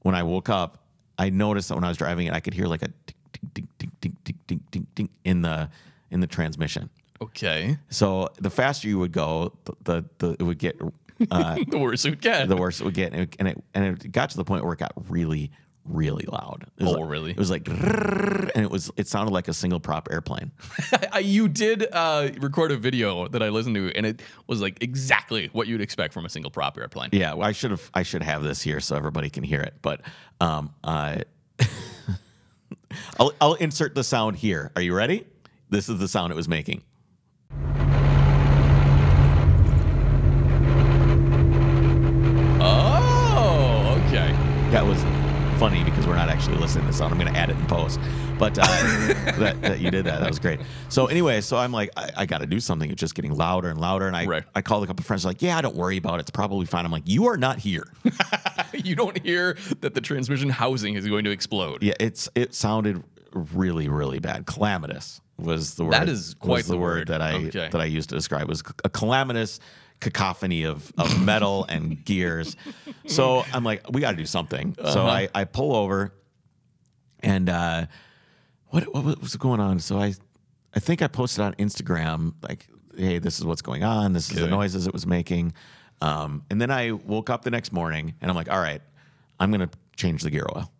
[SPEAKER 1] when I woke up, I noticed that when I was driving it, I could hear like a tick, tick, tick, tick, tick, tick, tick, tick, tick in the in the transmission.
[SPEAKER 2] Okay.
[SPEAKER 1] So the faster you would go, the the, the it would get uh,
[SPEAKER 2] the worse it would get.
[SPEAKER 1] the worse it would get, and it, and it and it got to the point where it got really really loud. It was
[SPEAKER 2] Oh,
[SPEAKER 1] like-
[SPEAKER 2] really?
[SPEAKER 1] It was like, "Grrrr," and it was it sounded like a single prop airplane.
[SPEAKER 2] I, you did uh, record a video that I listened to, and it was like exactly what you'd expect from a single prop airplane.
[SPEAKER 1] Yeah, well, I should have I should have this here so everybody can hear it. But um, uh, I'll I'll insert the sound here. Are you ready? This is the sound it was making.
[SPEAKER 2] Oh, okay.
[SPEAKER 1] That was funny because we're not actually listening to this sound. I'm going to add it in post. But uh, that, that you did that. That was great. So anyway, so I'm like, I, I got to do something. It's just getting louder and louder. And I
[SPEAKER 2] Right.
[SPEAKER 1] I called a couple of friends. Like, yeah, don't worry about it. It's probably fine. I'm like, you are not here.
[SPEAKER 2] You don't hear that the transmission housing is going to explode.
[SPEAKER 1] yeah, it's it sounded really really bad. Calamitous was the word.
[SPEAKER 2] That is quite
[SPEAKER 1] was the,
[SPEAKER 2] the
[SPEAKER 1] word,
[SPEAKER 2] word.
[SPEAKER 1] that I
[SPEAKER 2] Okay.
[SPEAKER 1] that I used to describe It was a calamitous cacophony of, of metal and gears. So I'm like, we got to do something. So
[SPEAKER 2] Uh-huh.
[SPEAKER 1] I I pull over, and uh, what what was going on? So I I think I posted on Instagram like, hey, this is what's going on. This is the
[SPEAKER 2] Okay.
[SPEAKER 1] noises it was making. Um, and then I woke up the next morning and I'm like, all right, I'm gonna change the gear oil.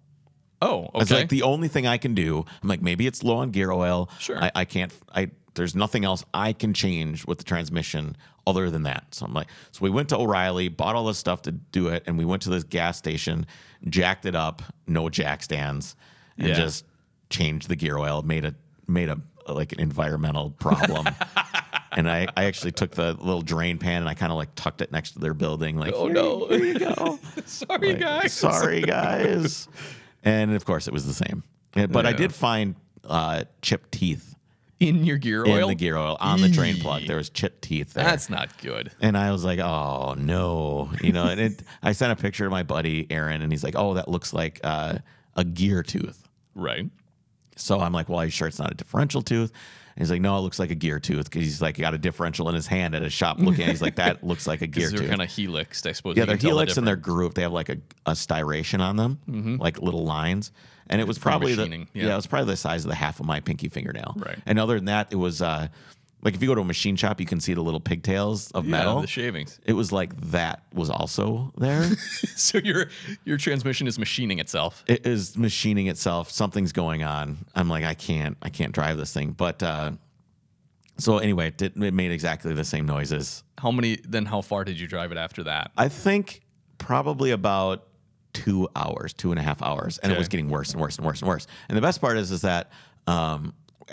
[SPEAKER 2] Oh, okay.
[SPEAKER 1] It's like the only thing I can do. I'm like, maybe it's low on gear oil.
[SPEAKER 2] Sure.
[SPEAKER 1] I, I can't. I there's nothing else I can change with the transmission other than that. So I'm like, so we went to O'Reilly, bought all this stuff to do it, and we went to this gas station, jacked it up, no jack stands, and
[SPEAKER 2] Yeah.
[SPEAKER 1] just changed the gear oil. Made a made a like an environmental problem. and I, I actually took the little drain pan and I kind of like tucked it next to their building. Like,
[SPEAKER 2] oh no. There you go. Sorry,
[SPEAKER 1] like,
[SPEAKER 2] guys.
[SPEAKER 1] Sorry, guys. and of course, it was the same. Yeah, But I
[SPEAKER 2] Yeah.
[SPEAKER 1] did find uh, chipped teeth
[SPEAKER 2] In your gear oil.
[SPEAKER 1] in the gear oil on the drain
[SPEAKER 2] Eee.
[SPEAKER 1] plug. There was chipped teeth there.
[SPEAKER 2] That's not good.
[SPEAKER 1] and I was like, oh no, you know. And it, I sent a picture to my buddy Aaron, and he's like, oh, that looks like uh, a gear tooth.
[SPEAKER 2] Right.
[SPEAKER 1] So I'm like, well, are you sure it's not a differential tooth? And he's like, no, it looks like a gear tooth because he's like, he got a differential in his hand at a shop looking. at it. He's like, that looks like a gear
[SPEAKER 2] These are
[SPEAKER 1] tooth.
[SPEAKER 2] kind of helixed, I suppose.
[SPEAKER 1] Yeah,
[SPEAKER 2] you
[SPEAKER 1] they're
[SPEAKER 2] can tell the
[SPEAKER 1] helix and
[SPEAKER 2] difference Mm-hmm.
[SPEAKER 1] they're grooved. They have like a, a styration on them, like little lines. And it was probably the yeah.
[SPEAKER 2] machining, yeah.
[SPEAKER 1] it was probably the size of the half of my pinky fingernail.
[SPEAKER 2] Right.
[SPEAKER 1] And other than that, it was uh, like if you go to a machine shop, you can see the little pigtails of
[SPEAKER 2] yeah,
[SPEAKER 1] metal.
[SPEAKER 2] the shavings.
[SPEAKER 1] it was like that was also there.
[SPEAKER 2] So your your transmission is machining itself.
[SPEAKER 1] it is machining itself. Something's going on. I'm like, I can't, I can't drive this thing. But uh, so anyway, it, did, it made exactly the same noises.
[SPEAKER 2] How many? Then how far did you drive it after that?
[SPEAKER 1] I think probably about two hours, two and a half hours, and it
[SPEAKER 2] Okay.
[SPEAKER 1] was getting worse and worse and worse and worse. And the best part is, is that um,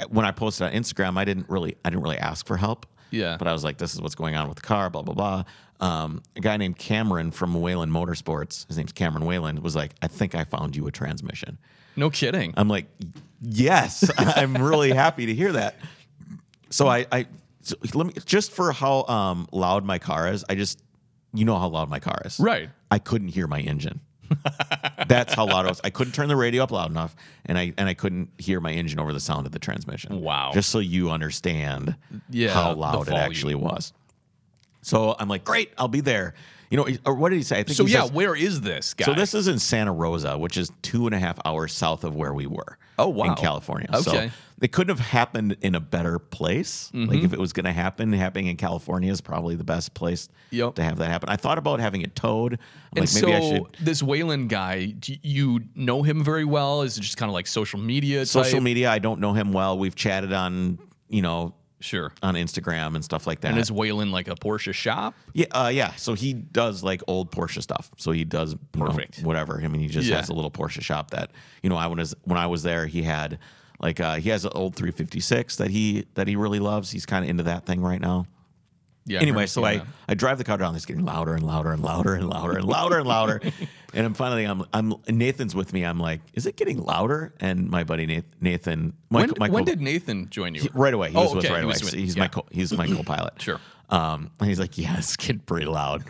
[SPEAKER 1] when I posted on Instagram, I didn't really, I didn't really ask for help.
[SPEAKER 2] Yeah.
[SPEAKER 1] But I was like, this is what's going on with the car, blah blah blah. Um, a guy named Cameron from Whalen Motorsports, his name's Cameron Whalen, was like, I think I found you a transmission.
[SPEAKER 2] No kidding.
[SPEAKER 1] I'm like, yes, I'm really happy to hear that. So I, I so let me just for how um, loud my car is. I just, you know how loud my car is,
[SPEAKER 2] right.
[SPEAKER 1] I couldn't hear my engine. That's how loud it was. I couldn't turn the radio up loud enough, and I and I couldn't hear my engine over the sound of the transmission.
[SPEAKER 2] Wow.
[SPEAKER 1] Just so you understand
[SPEAKER 2] Yeah,
[SPEAKER 1] how
[SPEAKER 2] the
[SPEAKER 1] loud it
[SPEAKER 2] volume.
[SPEAKER 1] actually was. So I'm like, great, I'll be there. You know, or what did he say? I think
[SPEAKER 2] So
[SPEAKER 1] he
[SPEAKER 2] yeah,
[SPEAKER 1] says-
[SPEAKER 2] where is this guy?
[SPEAKER 1] so this is in Santa Rosa, which is two and a half hours south of where we were.
[SPEAKER 2] Oh, wow.
[SPEAKER 1] In California. So
[SPEAKER 2] Okay. Mm-hmm.
[SPEAKER 1] it couldn't have happened in a better place. Like if it was going to happen, happening in California is probably the best place
[SPEAKER 2] Yep.
[SPEAKER 1] to have that happen. I thought about having it towed. I'm
[SPEAKER 2] and
[SPEAKER 1] like, maybe I
[SPEAKER 2] so
[SPEAKER 1] should.
[SPEAKER 2] this Wayland guy, do you know him very well? Is it just kind of like social media?
[SPEAKER 1] Social
[SPEAKER 2] type?
[SPEAKER 1] media, I don't know him well. We've chatted on, you know,
[SPEAKER 2] Sure.
[SPEAKER 1] on Instagram and stuff like that.
[SPEAKER 2] And is Wayland like a Porsche shop?
[SPEAKER 1] Yeah, uh, yeah. So he does like old Porsche stuff. So he does you know,
[SPEAKER 2] Perfect.
[SPEAKER 1] whatever. I mean, he just
[SPEAKER 2] Yeah.
[SPEAKER 1] has a little Porsche shop that you know. I when I was when I was there, he had like uh, he has an old 356 that he that he really loves. He's kind of into that thing right now.
[SPEAKER 2] Yeah. I
[SPEAKER 1] anyway,
[SPEAKER 2] remember
[SPEAKER 1] so I
[SPEAKER 2] seeing that.
[SPEAKER 1] I drive the car down. It's getting louder and louder and louder and louder and louder and louder. And I'm finally I'm I'm Nathan's with me. I'm like, is it getting louder? And my buddy Nathan, Nathan my,
[SPEAKER 2] when,
[SPEAKER 1] co- my
[SPEAKER 2] when
[SPEAKER 1] co-
[SPEAKER 2] did Nathan join you?
[SPEAKER 1] right away. He
[SPEAKER 2] Oh,
[SPEAKER 1] was with
[SPEAKER 2] okay,
[SPEAKER 1] right
[SPEAKER 2] he
[SPEAKER 1] away.
[SPEAKER 2] was with-
[SPEAKER 1] So he's
[SPEAKER 2] yeah.
[SPEAKER 1] my co- he's my co-pilot.
[SPEAKER 2] Sure.
[SPEAKER 1] Um, and he's like, yeah, it's getting pretty loud.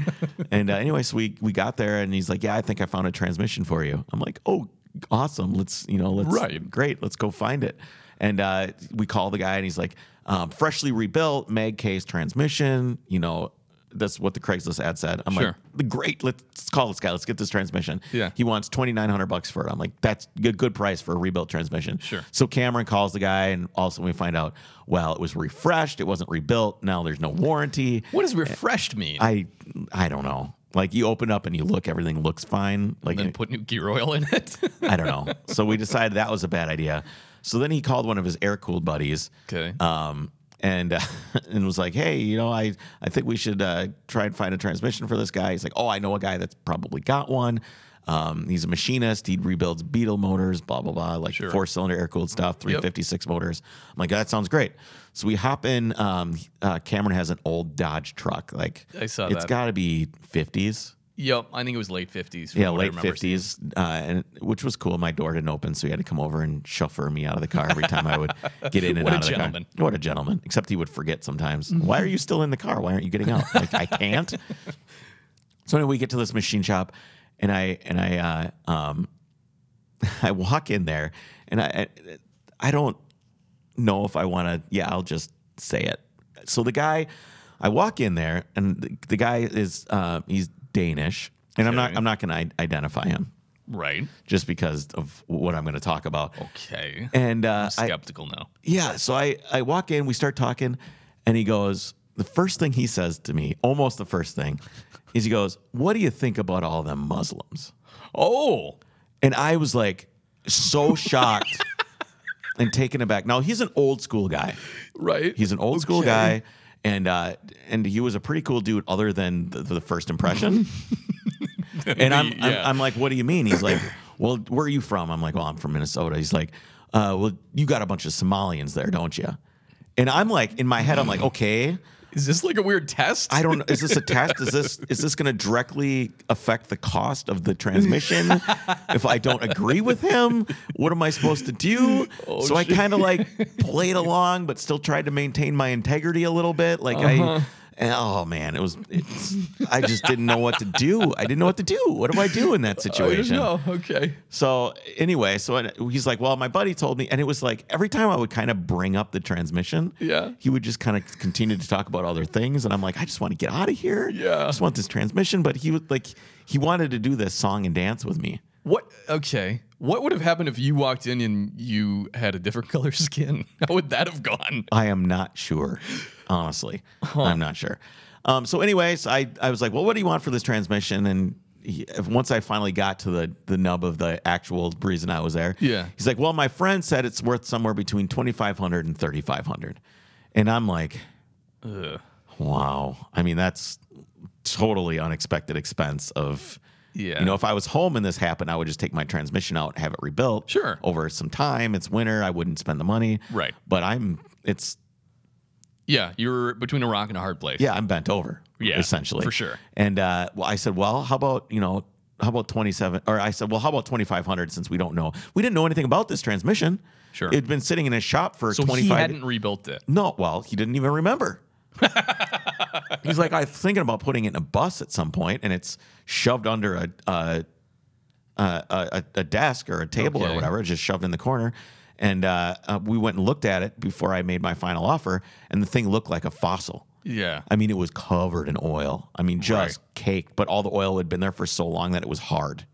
[SPEAKER 1] and uh, anyway, so we we got there, and he's like, yeah, I think I found a transmission for you. I'm like, oh, awesome. Let's you know, let's
[SPEAKER 2] Right.
[SPEAKER 1] great. Let's go find it. And uh, we call the guy, and he's like, um, freshly rebuilt mag case transmission. You know, that's what the Craigslist ad said. I'm
[SPEAKER 2] Sure.
[SPEAKER 1] like, great. Let's call this guy. Let's get this transmission.
[SPEAKER 2] Yeah.
[SPEAKER 1] He wants twenty nine hundred bucks for it. I'm like, that's a good price for a rebuilt transmission.
[SPEAKER 2] Sure.
[SPEAKER 1] So Cameron calls the guy, and also we find out, well, it was refreshed. It wasn't rebuilt. Now there's no warranty.
[SPEAKER 2] What does refreshed mean?
[SPEAKER 1] eh, I I don't know. Like you open up and you look, everything looks fine. Like
[SPEAKER 2] then put new gear oil in it.
[SPEAKER 1] I don't know. So we decided that was a bad idea. So then he called one of his air cooled buddies.
[SPEAKER 2] okay.
[SPEAKER 1] Um, and uh, and was like, hey, you know, I I think we should uh, try and find a transmission for this guy. He's like, oh, I know a guy that's probably got one. Um, he's a machinist. He rebuilds Beetle motors, blah blah blah, like
[SPEAKER 2] Sure.
[SPEAKER 1] four cylinder air cooled stuff, three fifty six motors. I'm like, that sounds great. So we hop in. Um, uh, Cameron has an old Dodge truck. Like
[SPEAKER 2] I saw
[SPEAKER 1] it's
[SPEAKER 2] that.
[SPEAKER 1] got to be fifties.
[SPEAKER 2] yep. I think it was late 50s. from
[SPEAKER 1] Yeah,
[SPEAKER 2] what Oh, I
[SPEAKER 1] late
[SPEAKER 2] remember seeing.
[SPEAKER 1] fifties, uh, and which was cool. My door didn't open, so he had to come over and chauffeur me out of the car every time I would get in and
[SPEAKER 2] What a
[SPEAKER 1] out of
[SPEAKER 2] gentleman. Mm-hmm.
[SPEAKER 1] the car. What a gentleman! Except he would forget sometimes. Why are you still in the car? Why aren't you getting out? Like I can't. so anyway, we get to this machine shop, and I and I uh, um, I walk in there, and I I, I don't know if I want to. Yeah, I'll just say it. So the guy, I walk in there, and the, the guy is uh, he's Danish, and I'm not
[SPEAKER 2] Okay.
[SPEAKER 1] I'm not going to identify him
[SPEAKER 2] Right.
[SPEAKER 1] just because of what I'm going to talk about.
[SPEAKER 2] Okay.
[SPEAKER 1] And uh, I,
[SPEAKER 2] Skeptical now.
[SPEAKER 1] yeah, so I I walk in, we start talking, and he goes. The first thing he says to me, almost the first thing, is he goes, "What do you think about all them Muslims?"
[SPEAKER 2] Oh.
[SPEAKER 1] And I was like so shocked and taken aback. Now he's an old school guy.
[SPEAKER 2] Right.
[SPEAKER 1] He's an old school
[SPEAKER 2] Okay.
[SPEAKER 1] guy, and uh, and he was a pretty cool dude, other than the, the first impression. and I'm,
[SPEAKER 2] yeah.
[SPEAKER 1] I'm I'm like, what do you mean? He's like, well, where are you from? I'm like, well, I'm from Minnesota. He's like, uh, well, you got a bunch of Somalians there, don't you? And I'm like, in my head, I'm like, okay,
[SPEAKER 2] Is this like a weird test?
[SPEAKER 1] I don't. Is this a test? Is this is this going to directly affect the cost of the transmission? if I don't agree with him, what am I supposed to do? so I kind of like played along, but still tried to maintain my integrity a little bit. Like I. and- Oh man, it was. It's, I just didn't know what to do. I didn't know what to do. What do I do in that situation?
[SPEAKER 2] No. Okay.
[SPEAKER 1] So anyway, so I- he's like, "Well, my buddy told me," and it was like every time I would kind of bring up the transmission,
[SPEAKER 2] Yeah.
[SPEAKER 1] he would just kind of continue to talk about other things, and I'm like, "I just want to get out of here.
[SPEAKER 2] Yeah.
[SPEAKER 1] I just want this transmission." But he would like he wanted to do this song and dance with me.
[SPEAKER 2] What? Okay. What would have happened if you walked in and you had a different color skin? How would that have gone?
[SPEAKER 1] I am not sure, honestly. I'm not sure. Um, so, anyways, I, I was like, well, what do you want for this transmission? And he, once I finally got to the, the nub of the actual reason I was there,
[SPEAKER 2] Yeah.
[SPEAKER 1] he's like, well, my friend said it's worth somewhere between 2500 and 3500 And I'm like,
[SPEAKER 2] Ugh.
[SPEAKER 1] wow. I mean, that's totally unexpected expense of.
[SPEAKER 2] Yeah.
[SPEAKER 1] You know, if I was home and this happened, I would just take my transmission out, have it rebuilt.
[SPEAKER 2] Sure.
[SPEAKER 1] Over some time, it's winter. I wouldn't spend the money.
[SPEAKER 2] Right.
[SPEAKER 1] But I'm, it's
[SPEAKER 2] Yeah. You're between a rock and a hard place.
[SPEAKER 1] Yeah, I'm bent over.
[SPEAKER 2] Yeah,
[SPEAKER 1] essentially
[SPEAKER 2] for sure.
[SPEAKER 1] And uh, well, I said, well, how about you know, how about twenty seven? Or I said, well, how about twenty five hundred? Since we don't know, we didn't know anything about this transmission.
[SPEAKER 2] Sure.
[SPEAKER 1] it'd been sitting in his shop for
[SPEAKER 2] So
[SPEAKER 1] twenty
[SPEAKER 2] he
[SPEAKER 1] five.
[SPEAKER 2] hadn't rebuilt it.
[SPEAKER 1] No, well, he didn't even remember. He's like, I'm thinking about putting it in a bus at some point, and it's shoved under a a, a, a, a desk or a table or
[SPEAKER 2] Okay.
[SPEAKER 1] whatever, just shoved in the corner. And uh, uh, we went and looked at it before I made my final offer, and the thing looked like a fossil.
[SPEAKER 2] Yeah.
[SPEAKER 1] I mean, it was covered in oil. I mean, just caked, but all the oil had been there for so long that it was hard.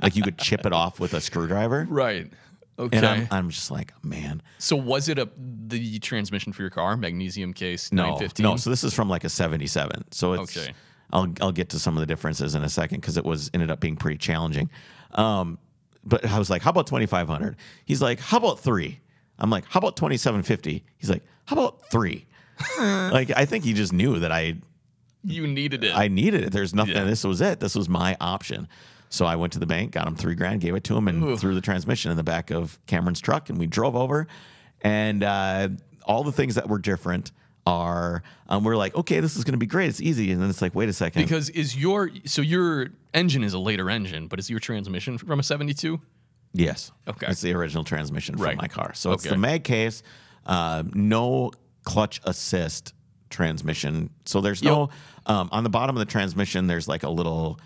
[SPEAKER 1] like you could chip it off with a screwdriver.
[SPEAKER 2] Right. Okay.
[SPEAKER 1] And I'm, I'm just like, man,
[SPEAKER 2] so was it a the transmission for your car, magnesium case
[SPEAKER 1] no,
[SPEAKER 2] 915?
[SPEAKER 1] no. So this is from like a 77. So it's,
[SPEAKER 2] Okay.
[SPEAKER 1] I'll, I'll get to some of the differences in a second because it was ended up being pretty challenging. Um, but I was like, how about 2,500? He's like, how about three? I'm like, how about 2,750? He's like, how about three? like, I think he just knew that I
[SPEAKER 2] you needed it.
[SPEAKER 1] I needed it. There's nothing.
[SPEAKER 2] Yeah.
[SPEAKER 1] This was it. This was my option. So I went to the bank, got him three grand, gave it to him, and threw the transmission in the back of Cameron's truck. And we drove over, and uh, all the things that were different are um, we're like, okay, this is going to be great. It's easy. And then it's like, wait a second.
[SPEAKER 2] because is your so your engine is a later engine, but is your transmission from a 72?
[SPEAKER 1] yes.
[SPEAKER 2] Okay.
[SPEAKER 1] It's the original transmission
[SPEAKER 2] Right.
[SPEAKER 1] from my car. So it's
[SPEAKER 2] Okay.
[SPEAKER 1] the mag case, uh, no clutch assist transmission. So there's no um, on the bottom of the transmission. There's like a little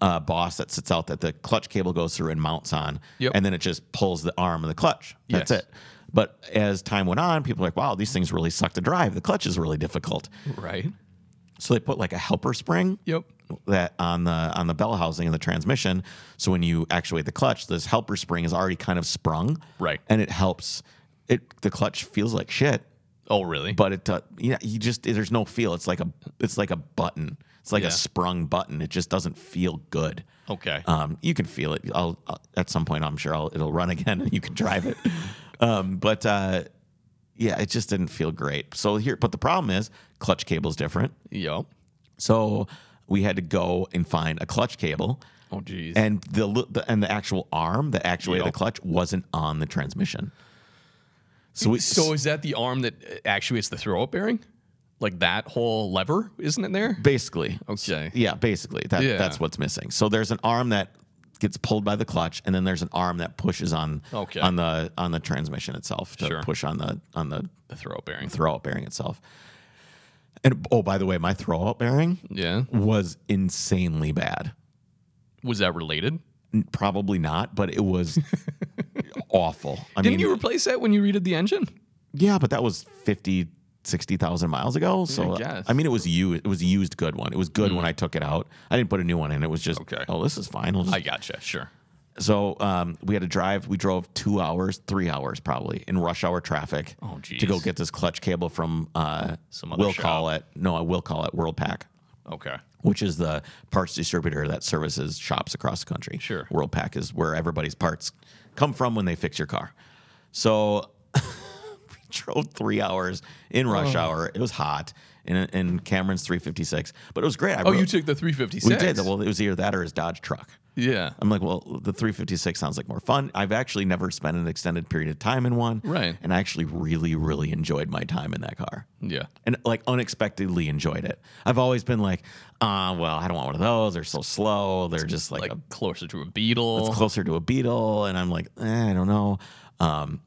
[SPEAKER 1] uh, boss that sits out that the clutch cable goes through and mounts on,
[SPEAKER 2] Yep.
[SPEAKER 1] and then it just pulls the arm of the clutch. That's
[SPEAKER 2] Yes.
[SPEAKER 1] it. But as time went on, people were like, "Wow, these things really suck to drive. The clutch is really difficult."
[SPEAKER 2] Right.
[SPEAKER 1] So they put like a helper spring
[SPEAKER 2] Yep.
[SPEAKER 1] that on the on the bell housing of the transmission. So when you actuate the clutch, this helper spring is already kind of sprung,
[SPEAKER 2] Right.
[SPEAKER 1] And it helps. It the clutch feels like shit,
[SPEAKER 2] Oh, really?
[SPEAKER 1] but it uh, yeah you just there's no feel. It's like a it's like a button. It's like
[SPEAKER 2] Yeah. Oh.
[SPEAKER 1] a sprung button. It just doesn't feel good.
[SPEAKER 2] okay.
[SPEAKER 1] Um, you can feel it. I'll, I'll- at some point. I'm sure I'll, it'll run again, and you can drive it. um, but uh, yeah, it just didn't feel great. So here, but the problem is clutch cable's different.
[SPEAKER 2] yep.
[SPEAKER 1] So we had to go and find a clutch cable,
[SPEAKER 2] Oh, geez.
[SPEAKER 1] and the, li- the and the actual arm that actuated
[SPEAKER 2] Yeah.
[SPEAKER 1] the clutch wasn't on the transmission. So we
[SPEAKER 2] so is that the arm that actuates the throw up bearing? Like that whole lever, isn't it there?
[SPEAKER 1] basically,
[SPEAKER 2] Okay.
[SPEAKER 1] yeah, basically that
[SPEAKER 2] Yeah.
[SPEAKER 1] that's what's missing. So there's an arm that gets pulled by the clutch, and then there's an arm that pushes on
[SPEAKER 2] Okay.
[SPEAKER 1] on the on the transmission itself to
[SPEAKER 2] Sure.
[SPEAKER 1] push on the on the
[SPEAKER 2] The throw up bearing.
[SPEAKER 1] throw out bearing itself. And oh, by the way, my throw out bearing
[SPEAKER 2] Yeah.
[SPEAKER 1] was insanely bad.
[SPEAKER 2] Was that related?
[SPEAKER 1] N- Probably not, but it was awful. I
[SPEAKER 2] Didn't
[SPEAKER 1] mean,
[SPEAKER 2] you replace that when you redid the engine?
[SPEAKER 1] Yeah, but that was 50, 60,000 miles ago. So
[SPEAKER 2] I guess. Mm.
[SPEAKER 1] I, mean, it was you. It was a used good one. It was good when I took it out. I didn't put a new one in. It was just
[SPEAKER 2] Okay.
[SPEAKER 1] Oh, this is fine. We'll just-
[SPEAKER 2] I gotcha. Sure.
[SPEAKER 1] so um, we had to drive. We drove two hours, three hours probably in rush hour traffic
[SPEAKER 2] Oh, geez.
[SPEAKER 1] to go get this clutch cable from uh,
[SPEAKER 2] Some other
[SPEAKER 1] We'll
[SPEAKER 2] shop.
[SPEAKER 1] call it. No, I will call it World Pack.
[SPEAKER 2] Okay.
[SPEAKER 1] Which is the parts distributor that services shops across the country.
[SPEAKER 2] Sure.
[SPEAKER 1] World Pack is where everybody's parts come from when they fix your car. So drove three hours in rush
[SPEAKER 2] Oh.
[SPEAKER 1] hour. It was hot in, in Cameron's 356, but it was great. I
[SPEAKER 2] Oh,
[SPEAKER 1] wrote-
[SPEAKER 2] you took the 356.
[SPEAKER 1] we did. Well, it was either that or his Dodge truck.
[SPEAKER 2] Yeah.
[SPEAKER 1] I'm like, well, the 356 sounds like more fun. I've actually never spent an extended period of time in one.
[SPEAKER 2] Right.
[SPEAKER 1] And I actually really, really enjoyed my time in that car
[SPEAKER 2] Yeah.
[SPEAKER 1] and like unexpectedly enjoyed it. I've always been like, ah, well, I don't want one of those. They're so slow. They're just like,
[SPEAKER 2] Like
[SPEAKER 1] a,
[SPEAKER 2] closer to a Beetle.
[SPEAKER 1] closer to a Beetle. And I'm like, eh, I don't know. Um,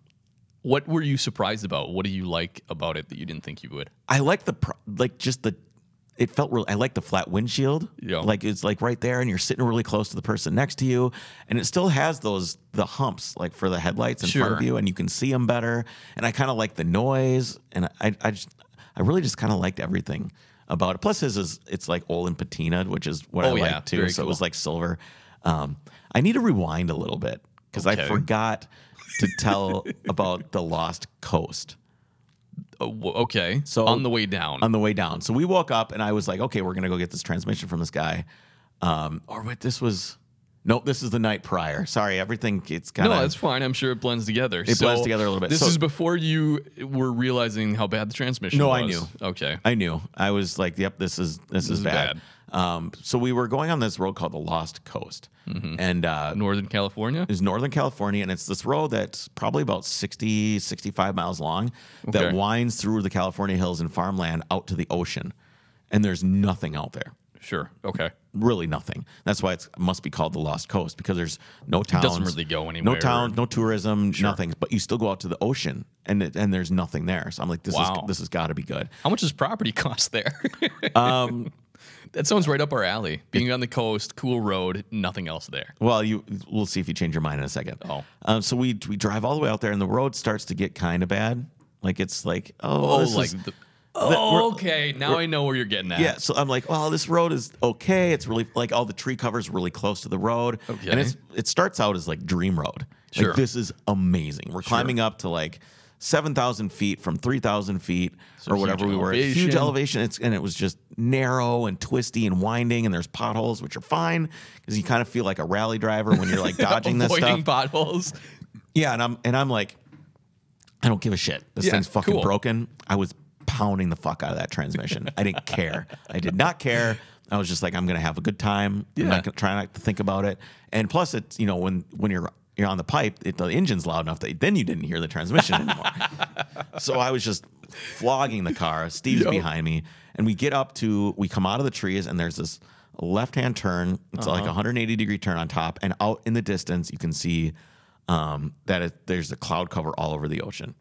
[SPEAKER 2] what were you surprised about? What do you like about it that you didn't think you would?
[SPEAKER 1] I like the pro- like just the it felt real. I like the flat windshield.
[SPEAKER 2] Yeah.
[SPEAKER 1] Like it's like right there, and you're sitting really close to the person next to you, and it still has those the humps like for the headlights in front of
[SPEAKER 2] Sure.
[SPEAKER 1] you, and you can see them better. And I kind of like the noise, and I I just I really just kind of liked everything about it. Plus, his is it's like old and patinaed, which is what I
[SPEAKER 2] Oh, yeah.
[SPEAKER 1] like too.
[SPEAKER 2] Very
[SPEAKER 1] so it
[SPEAKER 2] cool.
[SPEAKER 1] was like silver. Um, I need to rewind a little bit because
[SPEAKER 2] Okay.
[SPEAKER 1] I forgot to tell about the Lost Coast.
[SPEAKER 2] Oh, w- okay.
[SPEAKER 1] So- um,
[SPEAKER 2] on the way down.
[SPEAKER 1] on the way down. So we woke up and I was like, okay, we're gonna go get this transmission from this guy. Um, or wait, this was nope, this is the night prior. Sorry, everything it's kind
[SPEAKER 2] no,
[SPEAKER 1] of
[SPEAKER 2] that's fine. I'm sure it blends together. It
[SPEAKER 1] blends together a little bit.
[SPEAKER 2] This
[SPEAKER 1] So-
[SPEAKER 2] is before you were realizing how bad the transmission
[SPEAKER 1] No,
[SPEAKER 2] was.
[SPEAKER 1] I knew.
[SPEAKER 2] Okay.
[SPEAKER 1] I knew. I was like, yep, this is this, is
[SPEAKER 2] is
[SPEAKER 1] bad. Um, so we were going on this road called the Lost Coast, and uh,
[SPEAKER 2] Northern California?
[SPEAKER 1] is Northern California, and it's this road that's probably about 60, 65 miles long that
[SPEAKER 2] Okay.
[SPEAKER 1] winds through the California hills and farmland out to the ocean, and there's nothing out there.
[SPEAKER 2] Sure. Okay.
[SPEAKER 1] really nothing. That's why it must be called the Lost Coast because there's no towns.
[SPEAKER 2] doesn't really go
[SPEAKER 1] No
[SPEAKER 2] anywhere.
[SPEAKER 1] towns, no tourism, nothing. But you still go out to the ocean and it, and there's nothing there. So I'm like, this
[SPEAKER 2] Wow.
[SPEAKER 1] is this has got to be good.
[SPEAKER 2] How much does property cost there? um, that sounds right up our alley. Being on the coast, cool road, nothing else there.
[SPEAKER 1] Well, you we'll see if you change your mind in a second.
[SPEAKER 2] Oh.
[SPEAKER 1] um, so we we drive all the way out there and the road starts to get kind of bad. Like it's like oh,
[SPEAKER 2] Oh,
[SPEAKER 1] this
[SPEAKER 2] like
[SPEAKER 1] is-
[SPEAKER 2] the,
[SPEAKER 1] we're-
[SPEAKER 2] oh, okay. Now I know where you're getting at.
[SPEAKER 1] Yeah, so I'm like, well, this road is okay. It's really like all the tree covers really close to the road,
[SPEAKER 2] Okay.
[SPEAKER 1] and it's it starts out as like dream road.
[SPEAKER 2] Sure.
[SPEAKER 1] Like this is amazing. We're climbing up to like seven thousand feet from three thousand feet or whatever
[SPEAKER 2] huge
[SPEAKER 1] we were. At.
[SPEAKER 2] elevation.
[SPEAKER 1] Huge elevation. It's and it was just narrow and twisty and winding, and there's potholes, which are fine because you kind of feel like a rally driver when you're like dodging this
[SPEAKER 2] Avoiding
[SPEAKER 1] stuff.
[SPEAKER 2] potholes.
[SPEAKER 1] Yeah, and I'm and I'm like, I don't give a shit. This
[SPEAKER 2] Yeah,
[SPEAKER 1] thing's fucking
[SPEAKER 2] cool.
[SPEAKER 1] broken. I was pounding the fuck out of that transmission. I didn't care. I did not care. I was just like, I'm gonna have a good time. I'm
[SPEAKER 2] Yeah.
[SPEAKER 1] not gonna try not to think about it. And plus, it's you know when when you're you're on the pipe, it, the engine's loud enough that then you didn't hear the transmission anymore. so I was just flogging the car. Steve's
[SPEAKER 2] Yo.
[SPEAKER 1] behind me, and we get up to we come out of the trees, and there's this left hand turn. It's like a
[SPEAKER 2] Uh-huh.
[SPEAKER 1] 180 degree turn on top, and out in the distance you can see um, that it, there's a cloud cover all over the ocean.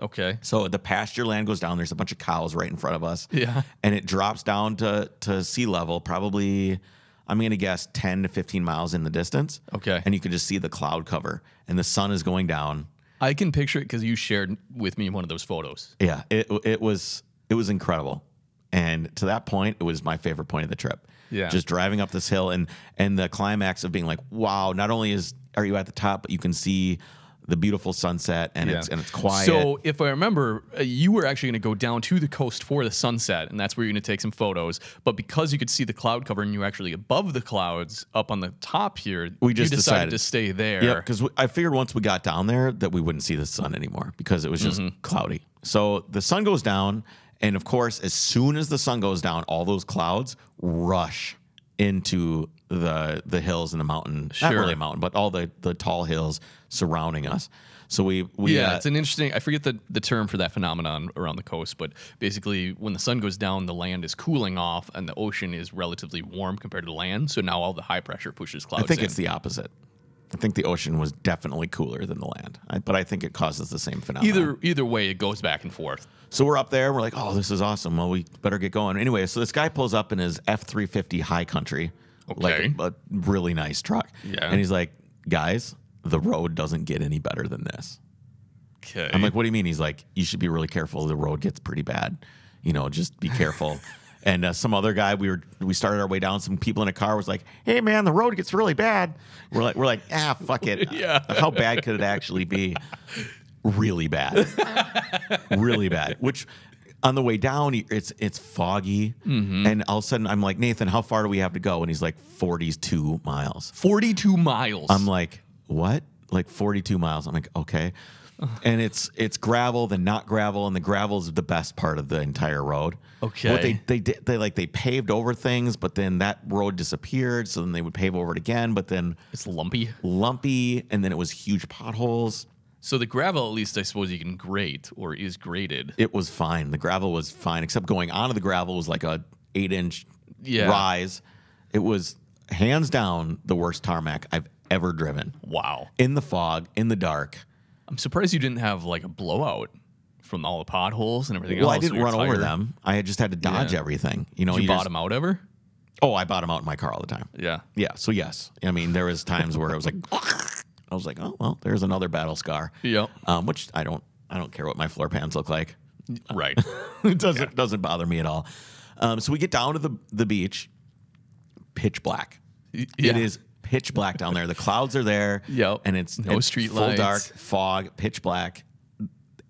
[SPEAKER 2] Okay.
[SPEAKER 1] So the pasture land goes down. There's a bunch of cows right in front of us.
[SPEAKER 2] Yeah.
[SPEAKER 1] And it drops down to, to sea level, probably, I'm going to guess 10 to 15 miles in the distance.
[SPEAKER 2] Okay.
[SPEAKER 1] And you can just see the cloud cover and the sun is going down.
[SPEAKER 2] I can picture it because you shared with me one of those photos.
[SPEAKER 1] Yeah, it it was it was incredible, and to that point, it was my favorite point of the trip.
[SPEAKER 2] Yeah.
[SPEAKER 1] just driving up this hill and and the climax of being like, wow! Not only is are you at the top, but you can see the beautiful sunset and it's and it's quiet.
[SPEAKER 2] So, if I remember, uh, you were actually going to go down to the coast for the sunset, and that's where you're going to take some photos. But because you could see the cloud cover and you were actually above the clouds up on the top here,
[SPEAKER 1] We just
[SPEAKER 2] you
[SPEAKER 1] decided.
[SPEAKER 2] decided, to stay there.
[SPEAKER 1] yeah, because I figured once we got down there that we wouldn't see the sun anymore because it was just
[SPEAKER 2] Mm-hmm.
[SPEAKER 1] cloudy. So the sun goes down, and of course, as soon as the sun goes down, all those clouds rush into the the hills and the mountain. Not
[SPEAKER 2] Sure.
[SPEAKER 1] really a mountain, but all the the tall hills surrounding us. So we we
[SPEAKER 2] Yeah,
[SPEAKER 1] uh,
[SPEAKER 2] it's an interesting. I forget the, the term for that phenomenon around the coast, but basically, when the sun goes down, the land is cooling off, and the ocean is relatively warm compared to land. So now all the high pressure pushes
[SPEAKER 1] I
[SPEAKER 2] clouds.
[SPEAKER 1] think
[SPEAKER 2] in.
[SPEAKER 1] it's the opposite. I think the ocean was definitely cooler than the land, I, but I think it causes the same phenomenon.
[SPEAKER 2] either either way, it goes back and forth.
[SPEAKER 1] So we're up there. We're like, oh, this is awesome. Well, we better get going. Anyway, so this guy pulls up in his F 350 high country,
[SPEAKER 2] Okay.
[SPEAKER 1] like a really nice truck.
[SPEAKER 2] Yeah.
[SPEAKER 1] And he's like, guys, the road doesn't get any better than this.
[SPEAKER 2] Okay,
[SPEAKER 1] I'm like, what do you mean? He's like, you should be really careful. The road gets pretty bad. You know, just be careful. and uh, some other guy, we were we started our way down. Some people in a car was like, hey man, the road gets really bad. We're like, we're like, ah, fuck it.
[SPEAKER 2] Yeah.
[SPEAKER 1] How bad could it actually be? Really bad. really bad. Which on the way down, it's it's foggy, and all of a sudden I'm like, Nathan, how far do we have to go? And he's like, 42 miles.
[SPEAKER 2] forty two miles.
[SPEAKER 1] I'm like, what? Like 42 miles. I'm like, okay. And it's it's gravel, then not gravel, and the gravel's the best part of the entire road. What they
[SPEAKER 2] Okay.
[SPEAKER 1] they did they like they paved over things, but then that road disappeared, so then they would pave over it again, but then
[SPEAKER 2] it's lumpy.
[SPEAKER 1] lumpy, and then it was huge potholes.
[SPEAKER 2] So the gravel, at least, I suppose you can grate or is grated.
[SPEAKER 1] It was fine. The gravel was fine, except going onto the gravel was like a eight inch
[SPEAKER 2] Yeah.
[SPEAKER 1] rise. It was hands down the worst tarmac I've ever driven.
[SPEAKER 2] Wow,
[SPEAKER 1] In the fog, in the dark.
[SPEAKER 2] I'm surprised you didn't have like a blowout from all the potholes and everything
[SPEAKER 1] Well,
[SPEAKER 2] else.
[SPEAKER 1] I didn't
[SPEAKER 2] You're
[SPEAKER 1] run over
[SPEAKER 2] tired.
[SPEAKER 1] them. I had just had to dodge
[SPEAKER 2] Yeah.
[SPEAKER 1] everything. You know,
[SPEAKER 2] Did you,
[SPEAKER 1] you
[SPEAKER 2] bottom
[SPEAKER 1] just-
[SPEAKER 2] out ever?
[SPEAKER 1] Oh, I bottom out in my car all the time.
[SPEAKER 2] Yeah.
[SPEAKER 1] Yeah. So yes, I mean there was times where I was like, I was like, oh well, there's another battle scar.
[SPEAKER 2] Yep.
[SPEAKER 1] Um, which I don't, I don't care what my floor pans look like.
[SPEAKER 2] Right.
[SPEAKER 1] it doesn't doesn't bother me at all. Um, so we get down to the the beach, pitch black. It
[SPEAKER 2] Yeah.
[SPEAKER 1] is pitch black down there. The clouds are there.
[SPEAKER 2] Yep.
[SPEAKER 1] And it's
[SPEAKER 2] No
[SPEAKER 1] it's
[SPEAKER 2] street
[SPEAKER 1] full
[SPEAKER 2] lights.
[SPEAKER 1] dark, fog, pitch black.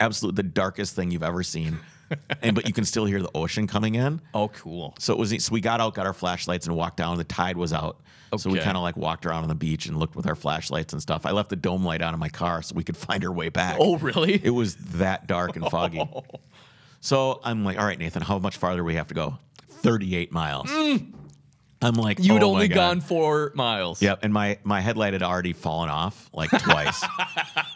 [SPEAKER 1] Absolute the darkest thing you've ever seen. and but you can still hear the ocean coming in.
[SPEAKER 2] Oh, cool.
[SPEAKER 1] So it was so we got out, got our flashlights, and walked down. The tide was out, so we
[SPEAKER 2] Okay.
[SPEAKER 1] kind of like walked around on the beach and looked with our flashlights and stuff. I left the dome light on in my car so we could find our way back.
[SPEAKER 2] Oh, really?
[SPEAKER 1] it was that dark and foggy. So I'm like, all right, Nathan, how much farther do we have to go? 38 miles. I'm like,
[SPEAKER 2] Mm. You'd
[SPEAKER 1] "Oh my
[SPEAKER 2] only
[SPEAKER 1] God."
[SPEAKER 2] gone four miles.
[SPEAKER 1] Yep, and my my headlight had already fallen off like twice.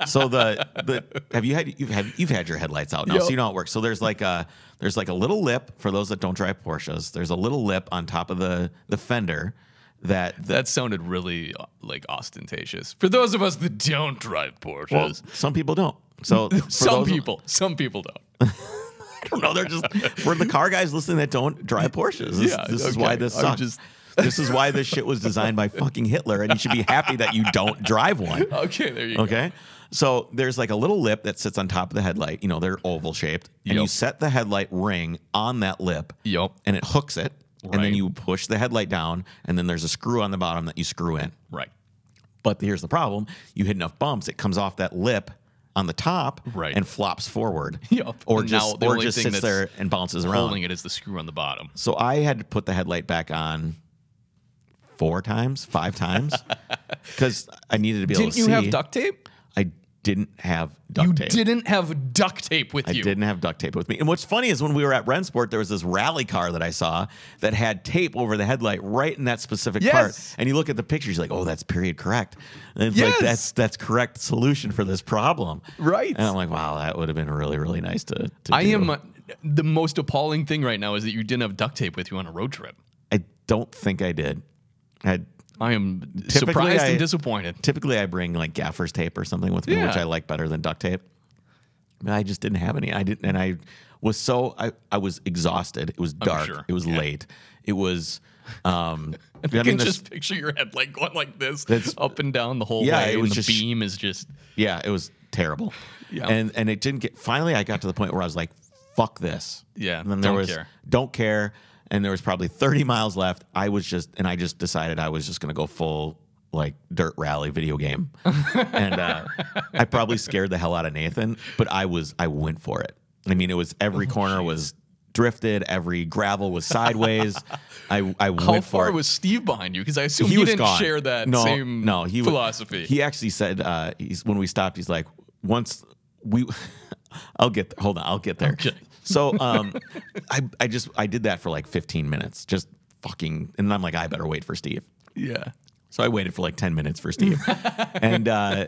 [SPEAKER 1] so the the have you had you've had you've had your headlights out now, so
[SPEAKER 2] Yep.
[SPEAKER 1] you know how it works. So there's like a there's like a little lip for those that don't drive Porsches. There's a little lip on top of the the fender that the,
[SPEAKER 2] That sounded really uh, like ostentatious. For those of us that don't drive Porsches,
[SPEAKER 1] well, some people don't. So for
[SPEAKER 2] some
[SPEAKER 1] those-
[SPEAKER 2] people, some people don't.
[SPEAKER 1] I don't know. They're just for the car guys listening that don't drive Porsches. This,
[SPEAKER 2] Yeah,
[SPEAKER 1] this is why
[SPEAKER 2] okay.
[SPEAKER 1] this
[SPEAKER 2] I'm
[SPEAKER 1] sucks.
[SPEAKER 2] just-
[SPEAKER 1] this is why this shit was designed by fucking Hitler, and you should be happy that you don't drive one.
[SPEAKER 2] Okay, there you go.
[SPEAKER 1] Okay. So there's like a little lip that sits on top of the headlight. You know, they're oval shaped. And
[SPEAKER 2] Yep.
[SPEAKER 1] you set the headlight ring on that lip
[SPEAKER 2] Yep.
[SPEAKER 1] and it hooks it. And then
[SPEAKER 2] Right.
[SPEAKER 1] you push the headlight down. And then there's a screw on the bottom that you screw in.
[SPEAKER 2] Right.
[SPEAKER 1] But here's the problem you hit enough bumps, it comes off that lip on the top
[SPEAKER 2] Right.
[SPEAKER 1] and flops forward.
[SPEAKER 2] Yep.
[SPEAKER 1] Or
[SPEAKER 2] And now
[SPEAKER 1] just,
[SPEAKER 2] the
[SPEAKER 1] or
[SPEAKER 2] only
[SPEAKER 1] just
[SPEAKER 2] thing
[SPEAKER 1] sits
[SPEAKER 2] that's
[SPEAKER 1] there and bounces around.
[SPEAKER 2] Holding it is the screw on the bottom.
[SPEAKER 1] So I had to put the headlight back on four times, five times, because I needed to be able
[SPEAKER 2] Didn't
[SPEAKER 1] to
[SPEAKER 2] you
[SPEAKER 1] see.
[SPEAKER 2] have duct tape?
[SPEAKER 1] I didn't have duct
[SPEAKER 2] you
[SPEAKER 1] tape.
[SPEAKER 2] didn't have duct tape with
[SPEAKER 1] I
[SPEAKER 2] you.
[SPEAKER 1] didn't have duct tape with me. And what's funny is when we were at Rensport, there was this rally car that I saw that had tape over the headlight right in that specific
[SPEAKER 2] Yes.
[SPEAKER 1] part. And you look at the pictures, you're like, oh, that's period correct. And it's like
[SPEAKER 2] Yes.
[SPEAKER 1] that's that's correct solution for this problem.
[SPEAKER 2] Right.
[SPEAKER 1] And I'm like, wow, that would have been really, really nice to, to
[SPEAKER 2] I
[SPEAKER 1] do.
[SPEAKER 2] am. uh, The most appalling thing right now is that you didn't have duct tape with you on a road trip.
[SPEAKER 1] I don't think I did. I
[SPEAKER 2] I am
[SPEAKER 1] Typically,
[SPEAKER 2] surprised
[SPEAKER 1] I-
[SPEAKER 2] and disappointed.
[SPEAKER 1] typically I bring like gaffer's tape or something with me,
[SPEAKER 2] Yeah.
[SPEAKER 1] which I like better than duct tape. But I just didn't have any. I didn't, and I was so I I was exhausted. It was dark.
[SPEAKER 2] Oh, sure.
[SPEAKER 1] It was late. It was Um,
[SPEAKER 2] I
[SPEAKER 1] I mean,
[SPEAKER 2] can
[SPEAKER 1] this-
[SPEAKER 2] just picture your head like going like this,
[SPEAKER 1] That's-
[SPEAKER 2] up and down the whole
[SPEAKER 1] Yeah,
[SPEAKER 2] way.
[SPEAKER 1] it
[SPEAKER 2] and
[SPEAKER 1] was
[SPEAKER 2] the
[SPEAKER 1] just-
[SPEAKER 2] beam is just
[SPEAKER 1] yeah, it was terrible.
[SPEAKER 2] Yeah.
[SPEAKER 1] and and it didn't get. Finally, I got to the point where I was like, "Fuck this."
[SPEAKER 2] Yeah,
[SPEAKER 1] and then there
[SPEAKER 2] don't
[SPEAKER 1] was
[SPEAKER 2] care.
[SPEAKER 1] don't care, and there was probably thirty miles left. I was just, and I just decided I was just gonna go full like dirt rally video game, and uh, I probably scared the hell out of Nathan, but I was I went for it. I mean, it was every
[SPEAKER 2] Oh,
[SPEAKER 1] corner was drifted, every gravel was sideways. I I
[SPEAKER 2] how
[SPEAKER 1] went for
[SPEAKER 2] far
[SPEAKER 1] it
[SPEAKER 2] was Steve behind you? Because I assume he, didn't share that same
[SPEAKER 1] wa-
[SPEAKER 2] philosophy.
[SPEAKER 1] he actually said uh, he's when we stopped. He's like, once we, I'll get there. Hold on, I'll get there.
[SPEAKER 2] Okay.
[SPEAKER 1] So um, I I just I did that for like 15 minutes, just fucking, and I'm like, I better wait for Steve.
[SPEAKER 2] yeah.
[SPEAKER 1] So I waited for like 10 minutes for Steve, and uh,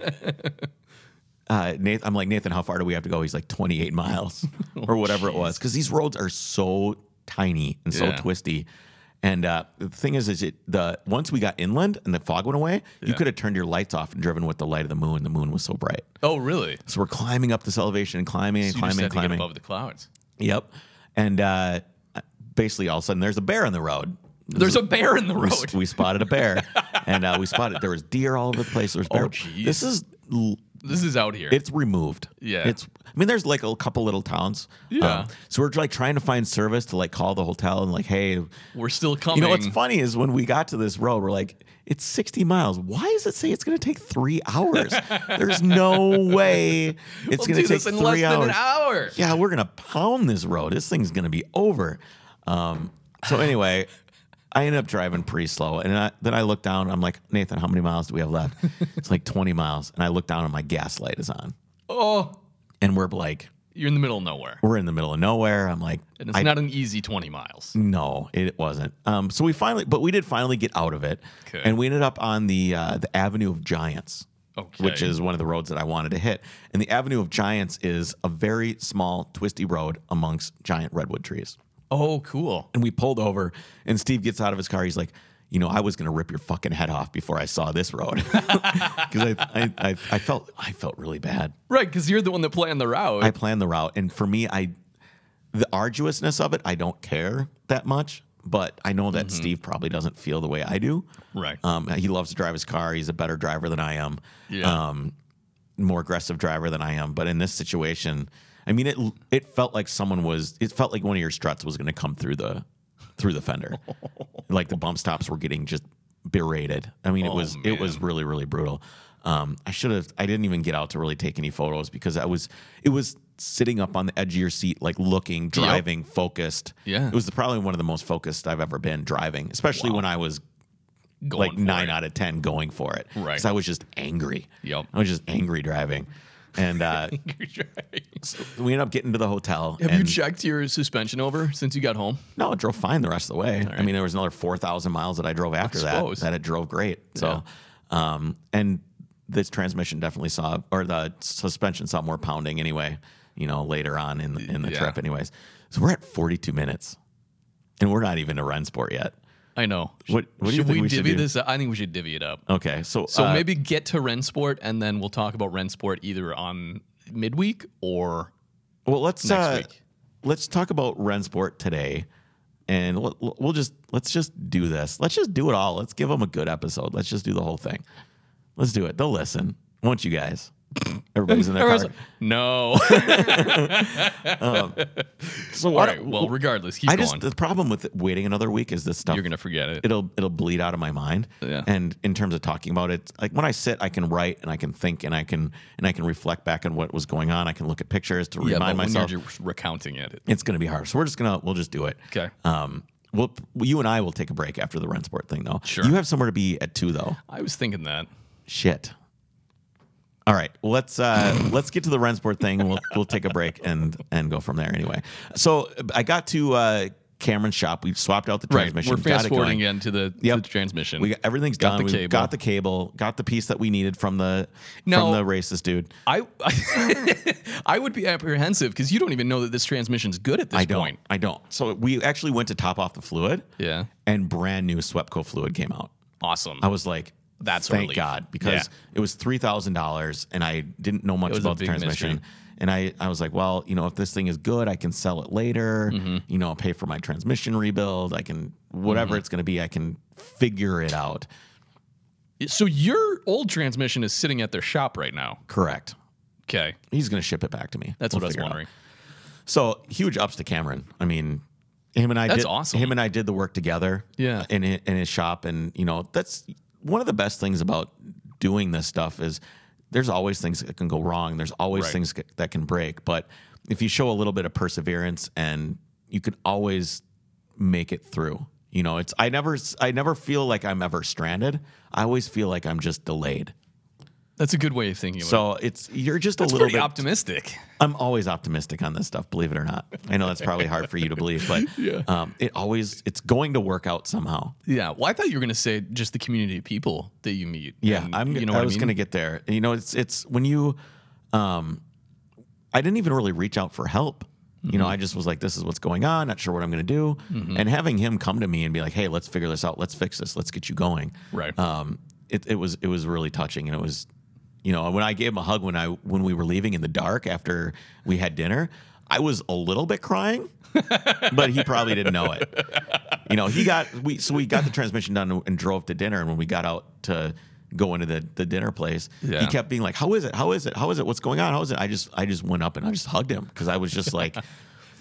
[SPEAKER 1] uh, Nathan, I'm like Nathan, how far do we have to go? He's like 28 miles
[SPEAKER 2] Oh,
[SPEAKER 1] or whatever it was, because these roads are so tiny and so
[SPEAKER 2] Yeah.
[SPEAKER 1] twisty. And uh, the thing is, is it the once we got inland and the fog went away, you
[SPEAKER 2] Yeah.
[SPEAKER 1] could have turned your lights off and driven with the light of the moon. The moon was so bright,
[SPEAKER 2] Oh, really?
[SPEAKER 1] so we're climbing up this elevation and climbing and
[SPEAKER 2] So you just
[SPEAKER 1] climbing
[SPEAKER 2] had
[SPEAKER 1] and
[SPEAKER 2] to get
[SPEAKER 1] climbing.
[SPEAKER 2] above the clouds.
[SPEAKER 1] Yep, and uh, basically all of a sudden there's a bear on the road.
[SPEAKER 2] There's a bear in the
[SPEAKER 1] We s-
[SPEAKER 2] road.
[SPEAKER 1] We, spotted a bear, and uh, we spotted there was deer all over the place. There was bear.
[SPEAKER 2] Oh, jeez.
[SPEAKER 1] this is l-
[SPEAKER 2] This is out here.
[SPEAKER 1] it's removed.
[SPEAKER 2] Yeah.
[SPEAKER 1] it's. I mean, there's like a couple little towns. Um,
[SPEAKER 2] Yeah.
[SPEAKER 1] so we're like trying to find service to like call the hotel and like, hey,
[SPEAKER 2] We're still coming.
[SPEAKER 1] you know what's funny is when we got to this road, we're like, it's 60 miles. Why does it say it's going to take three hours? there's no way it's
[SPEAKER 2] We'll
[SPEAKER 1] going
[SPEAKER 2] do
[SPEAKER 1] to take
[SPEAKER 2] this in
[SPEAKER 1] three
[SPEAKER 2] less
[SPEAKER 1] hours
[SPEAKER 2] than an hour.
[SPEAKER 1] yeah, we're gonna pound this road. This thing's gonna be over. Um, so anyway, I ended up driving pretty slow, and I, then I look down. I'm like, Nathan, how many miles do we have left? it's like 20 miles, and I look down, and my gas light is on,
[SPEAKER 2] Oh,
[SPEAKER 1] and we're like,
[SPEAKER 2] you're in the middle of nowhere,
[SPEAKER 1] we're in the middle of nowhere. I'm like,
[SPEAKER 2] and it's
[SPEAKER 1] I-
[SPEAKER 2] not an easy 20 miles.
[SPEAKER 1] no, it wasn't. Um, so we finally, but we did finally get out of it,
[SPEAKER 2] Okay.
[SPEAKER 1] and we ended up on the uh, the Avenue of Giants.
[SPEAKER 2] Okay.
[SPEAKER 1] Which is one of the roads that I wanted to hit. And the Avenue of Giants is a very small, twisty road amongst giant redwood trees.
[SPEAKER 2] Oh, cool.
[SPEAKER 1] And we pulled over, and Steve gets out of his car. He's like, you know, I was gonna rip your fucking head off before I saw this road, because I, I, I, I felt I felt really bad.
[SPEAKER 2] Right, because you're the one that planned the route.
[SPEAKER 1] I planned the route, and for me, I the arduousness of it, I don't care that much. But I know that Steve probably doesn't feel the way I do.
[SPEAKER 2] Mm-hmm. Right.
[SPEAKER 1] Um, he loves to drive his car. He's a better driver than I am.
[SPEAKER 2] Yeah.
[SPEAKER 1] Um, more aggressive driver than I am. But in this situation, I mean, it it felt like someone was. It felt like one of your struts was going to come through the through the fender. like the bump stops were getting just berated. I mean, it
[SPEAKER 2] Oh,
[SPEAKER 1] was it was really really brutal. Um, I should have. I didn't even get out to really take any photos because I was. It was sitting up on the edge of your seat, like looking, driving, focused.
[SPEAKER 2] Yeah.
[SPEAKER 1] it was the, probably one of the most focused I've ever been driving, especially when I was
[SPEAKER 2] Going
[SPEAKER 1] like
[SPEAKER 2] for
[SPEAKER 1] nine
[SPEAKER 2] it.
[SPEAKER 1] out of ten going for it.
[SPEAKER 2] Right.
[SPEAKER 1] Because I was just angry.
[SPEAKER 2] Yep.
[SPEAKER 1] I was just angry driving, and uh,
[SPEAKER 2] You're driving.
[SPEAKER 1] so we ended up getting to the hotel.
[SPEAKER 2] Have you
[SPEAKER 1] and
[SPEAKER 2] checked your suspension over since you got home?
[SPEAKER 1] no, it drove fine the rest of the way. I mean, there was another four thousand miles that I drove after that.
[SPEAKER 2] suppose.
[SPEAKER 1] That it drove great. So, um, and this transmission definitely saw, or the suspension saw more pounding anyway. You know, later on in the, in the
[SPEAKER 2] Yeah.
[SPEAKER 1] trip, anyways. So we're at forty two minutes, and we're not even to run sport yet.
[SPEAKER 2] I know.
[SPEAKER 1] What- what do you
[SPEAKER 2] should
[SPEAKER 1] think
[SPEAKER 2] we,
[SPEAKER 1] we should
[SPEAKER 2] divvy
[SPEAKER 1] do?
[SPEAKER 2] this? up? I think we should divvy it up.
[SPEAKER 1] Okay, so
[SPEAKER 2] So
[SPEAKER 1] uh,
[SPEAKER 2] maybe get to Rensport, and then we'll talk about Rensport either on midweek or
[SPEAKER 1] Well, let's
[SPEAKER 2] next
[SPEAKER 1] uh,
[SPEAKER 2] week.
[SPEAKER 1] let's talk about Rensport today, and we'll, we'll just let's just do this. Let's just do it all. Let's give them a good episode. Let's just do the whole thing. Let's do it. They'll listen, won't you guys? Everybody's in their car.
[SPEAKER 2] no.
[SPEAKER 1] So
[SPEAKER 2] All
[SPEAKER 1] what?
[SPEAKER 2] right. Well, regardless, keep
[SPEAKER 1] I
[SPEAKER 2] going.
[SPEAKER 1] just the problem with waiting another week is this stuff.
[SPEAKER 2] You're gonna forget it.
[SPEAKER 1] it'll it'll bleed out of my mind.
[SPEAKER 2] Yeah.
[SPEAKER 1] And in terms of talking about it, like when I sit, I can write and I can think and I can and I can reflect back on what was going on. I can look at pictures to
[SPEAKER 2] yeah,
[SPEAKER 1] remind
[SPEAKER 2] but when
[SPEAKER 1] myself.
[SPEAKER 2] you're just recounting it. it-
[SPEAKER 1] It's going to be hard. So we're just gonna we'll just do it.
[SPEAKER 2] Okay.
[SPEAKER 1] Um, well, you and I will take a break after the run sport thing, though.
[SPEAKER 2] Sure.
[SPEAKER 1] You have somewhere to be at two, though.
[SPEAKER 2] I was thinking that.
[SPEAKER 1] Shit. All right, let's uh, let's get to the run sport thing. We'll we'll take a break and and go from there. Anyway, so I got to uh, Cameron's shop. We swapped out the
[SPEAKER 2] Right.
[SPEAKER 1] transmission.
[SPEAKER 2] We're
[SPEAKER 1] got it
[SPEAKER 2] fast forwarding
[SPEAKER 1] going.
[SPEAKER 2] again to the,
[SPEAKER 1] Yep.
[SPEAKER 2] to the transmission.
[SPEAKER 1] We got, everything's done.
[SPEAKER 2] Got the
[SPEAKER 1] we
[SPEAKER 2] cable.
[SPEAKER 1] got the cable. Got the piece that we needed from the
[SPEAKER 2] Now-
[SPEAKER 1] from the racist dude.
[SPEAKER 2] I I would be apprehensive because you don't even know that this transmission's good at this
[SPEAKER 1] I don't.
[SPEAKER 2] point.
[SPEAKER 1] I don't. So we actually went to top off the fluid,
[SPEAKER 2] Yeah.
[SPEAKER 1] and brand new Swepco fluid came out.
[SPEAKER 2] Awesome.
[SPEAKER 1] I was like,
[SPEAKER 2] That's a
[SPEAKER 1] thank
[SPEAKER 2] relief.
[SPEAKER 1] God because
[SPEAKER 2] Yeah.
[SPEAKER 1] it was three thousand dollars, and I didn't know much
[SPEAKER 2] was a
[SPEAKER 1] about the
[SPEAKER 2] big
[SPEAKER 1] transmission.
[SPEAKER 2] mystery.
[SPEAKER 1] And I, I was like, well, you know, if this thing is good, I can sell it later.
[SPEAKER 2] Mm-hmm.
[SPEAKER 1] You know, I'll pay for my transmission rebuild. I can whatever it's going to be, I can figure it out.
[SPEAKER 2] So your old transmission is sitting at their shop right now.
[SPEAKER 1] Correct.
[SPEAKER 2] Okay,
[SPEAKER 1] He's going to ship it back to me.
[SPEAKER 2] that's
[SPEAKER 1] We'll
[SPEAKER 2] what I was
[SPEAKER 1] figure it out.
[SPEAKER 2] wondering.
[SPEAKER 1] So huge ups to Cameron. I mean, him and I
[SPEAKER 2] That's
[SPEAKER 1] did
[SPEAKER 2] awesome.
[SPEAKER 1] him and I did the work together.
[SPEAKER 2] Yeah.
[SPEAKER 1] In hi- in his shop, and you know that's one of the best things about doing this stuff is there's always things that can go wrong. There's always
[SPEAKER 2] Right.
[SPEAKER 1] things that can break, but if you show a little bit of perseverance and you can always make it through. You know, it's I never s- I never feel like I'm ever stranded. I always feel like I'm just delayed.
[SPEAKER 2] That's a good way of thinking. about it.
[SPEAKER 1] So it's you're just a
[SPEAKER 2] It's
[SPEAKER 1] little
[SPEAKER 2] pretty
[SPEAKER 1] bit
[SPEAKER 2] optimistic.
[SPEAKER 1] I'm always optimistic on this stuff, believe it or not. I know that's probably hard for you to believe, but um, it always it's going to work out somehow.
[SPEAKER 2] Yeah. Well, I thought you were going to say just the community of people that you meet.
[SPEAKER 1] Yeah,
[SPEAKER 2] And
[SPEAKER 1] I'm.
[SPEAKER 2] You know
[SPEAKER 1] I
[SPEAKER 2] what
[SPEAKER 1] was
[SPEAKER 2] I mean?
[SPEAKER 1] going to get there. You know, it's it's when you, um, I didn't even really reach out for help. You
[SPEAKER 2] Mm-hmm.
[SPEAKER 1] know, I just was like, this is what's going on. Not sure what I'm going to do. And having him come to me and be like, hey, let's figure this out. Let's fix this. Let's get you going.
[SPEAKER 2] Right.
[SPEAKER 1] Um, it, it was it was really touching, and it was, you know, when I gave him a hug when I when we were leaving in the dark after we had dinner, I was a little bit crying, but he probably didn't know it you know, he got we so we got the transmission done and drove to dinner. And when we got out to go into the, the dinner place,
[SPEAKER 2] Yeah.
[SPEAKER 1] he kept being like, "How is it? How is it? How is it? What's going on? How is it?" I just I just went up and I just hugged him because I was just like,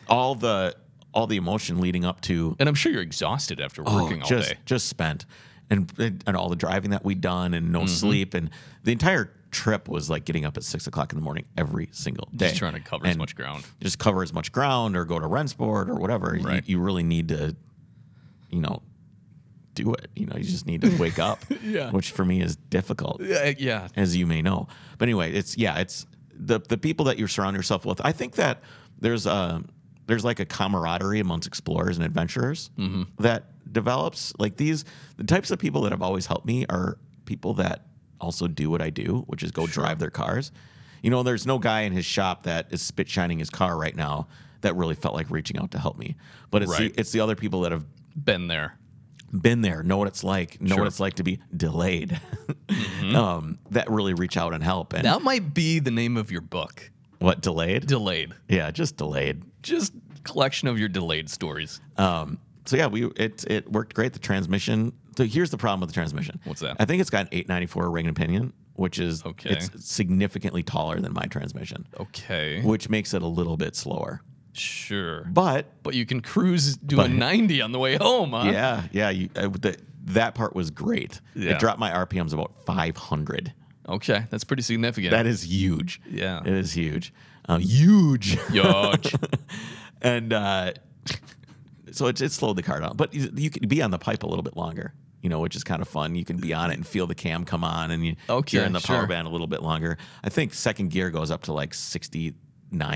[SPEAKER 1] all the all the emotion leading up to
[SPEAKER 2] And I'm sure you're exhausted after
[SPEAKER 1] oh,
[SPEAKER 2] working all
[SPEAKER 1] just
[SPEAKER 2] day.
[SPEAKER 1] just spent and and all the driving that we'd done and
[SPEAKER 2] Mm-hmm.
[SPEAKER 1] no sleep and the entire trip was like getting up at six o'clock in the morning every single day
[SPEAKER 2] Just trying to cover as
[SPEAKER 1] And
[SPEAKER 2] much ground.
[SPEAKER 1] just cover as much ground or go to Rensport or whatever. You-
[SPEAKER 2] Right.
[SPEAKER 1] You, really need to, you know, do it. You know, you just need to wake up,
[SPEAKER 2] Yeah.
[SPEAKER 1] which for me is difficult,
[SPEAKER 2] Yeah. Yeah.
[SPEAKER 1] as you may know. But anyway, it's yeah, it's the the people that you surround yourself with. I think that there's a there's like a camaraderie amongst explorers and adventurers that develops. Like these, the types of people that have always helped me are people that also do what I do, which is go drive their cars. You know, there's no guy in his shop that is spit shining his car right now that really felt like reaching out to help me. But it's
[SPEAKER 2] Right.
[SPEAKER 1] the, it's the other people that have
[SPEAKER 2] Been there.
[SPEAKER 1] been there, know what it's like, know
[SPEAKER 2] Sure. Mm-hmm.
[SPEAKER 1] what it's like to be delayed. um, that really reach out and help. And
[SPEAKER 2] That might be the name of your book.
[SPEAKER 1] what delayed?
[SPEAKER 2] Delayed.
[SPEAKER 1] yeah, just delayed.
[SPEAKER 2] Just collection of your delayed stories.
[SPEAKER 1] Um, so yeah, we it it worked great. The transmission. So here's the problem with the transmission.
[SPEAKER 2] What's that?
[SPEAKER 1] I think it's got an 894 ring and pinion, which is
[SPEAKER 2] Okay.
[SPEAKER 1] It's significantly taller than my transmission,
[SPEAKER 2] Okay.
[SPEAKER 1] which makes it a little bit slower.
[SPEAKER 2] Sure.
[SPEAKER 1] But
[SPEAKER 2] But you can cruise doing 90 on the way home, huh?
[SPEAKER 1] yeah, yeah, you, uh, the, that part was great.
[SPEAKER 2] Yeah.
[SPEAKER 1] It dropped my RPMs about 500.
[SPEAKER 2] Okay. That's pretty significant.
[SPEAKER 1] That is huge.
[SPEAKER 2] Yeah.
[SPEAKER 1] it is huge. Uh, huge.
[SPEAKER 2] Huge.
[SPEAKER 1] and uh, so it, it slowed the car down. But you, you could be on the pipe a little bit longer, you know, which is kind of fun. You can be on it and feel the cam come on, and you,
[SPEAKER 2] Okay,
[SPEAKER 1] you're in the power
[SPEAKER 2] sure.
[SPEAKER 1] band a little bit longer. I think second gear goes up to like 69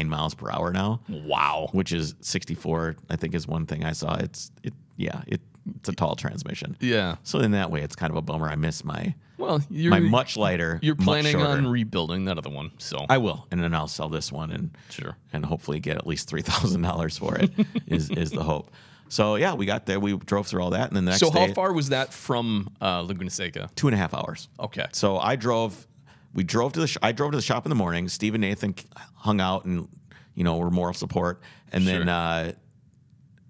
[SPEAKER 1] miles per hour now,
[SPEAKER 2] wow.
[SPEAKER 1] which is 64. I think is one thing I saw. It's it yeah it it's a tall transmission.
[SPEAKER 2] Yeah.
[SPEAKER 1] So in that way, it's kind of a bummer. I miss my
[SPEAKER 2] Well, you're
[SPEAKER 1] my much lighter.
[SPEAKER 2] you're
[SPEAKER 1] much
[SPEAKER 2] planning
[SPEAKER 1] shorter.
[SPEAKER 2] on rebuilding that other one. So
[SPEAKER 1] I will, and then I'll sell this one and
[SPEAKER 2] sure.
[SPEAKER 1] and hopefully get at least three thousand dollars for it. is is the hope? So yeah, we got there. We drove through all that, and the next
[SPEAKER 2] So how
[SPEAKER 1] day,
[SPEAKER 2] far was that from uh, Laguna Seca?
[SPEAKER 1] two and a half hours.
[SPEAKER 2] Okay.
[SPEAKER 1] So I drove. We drove to the. Sh- I drove to the shop in the morning. Steve and Nathan c- hung out and you know were moral support, and then
[SPEAKER 2] Sure.
[SPEAKER 1] uh,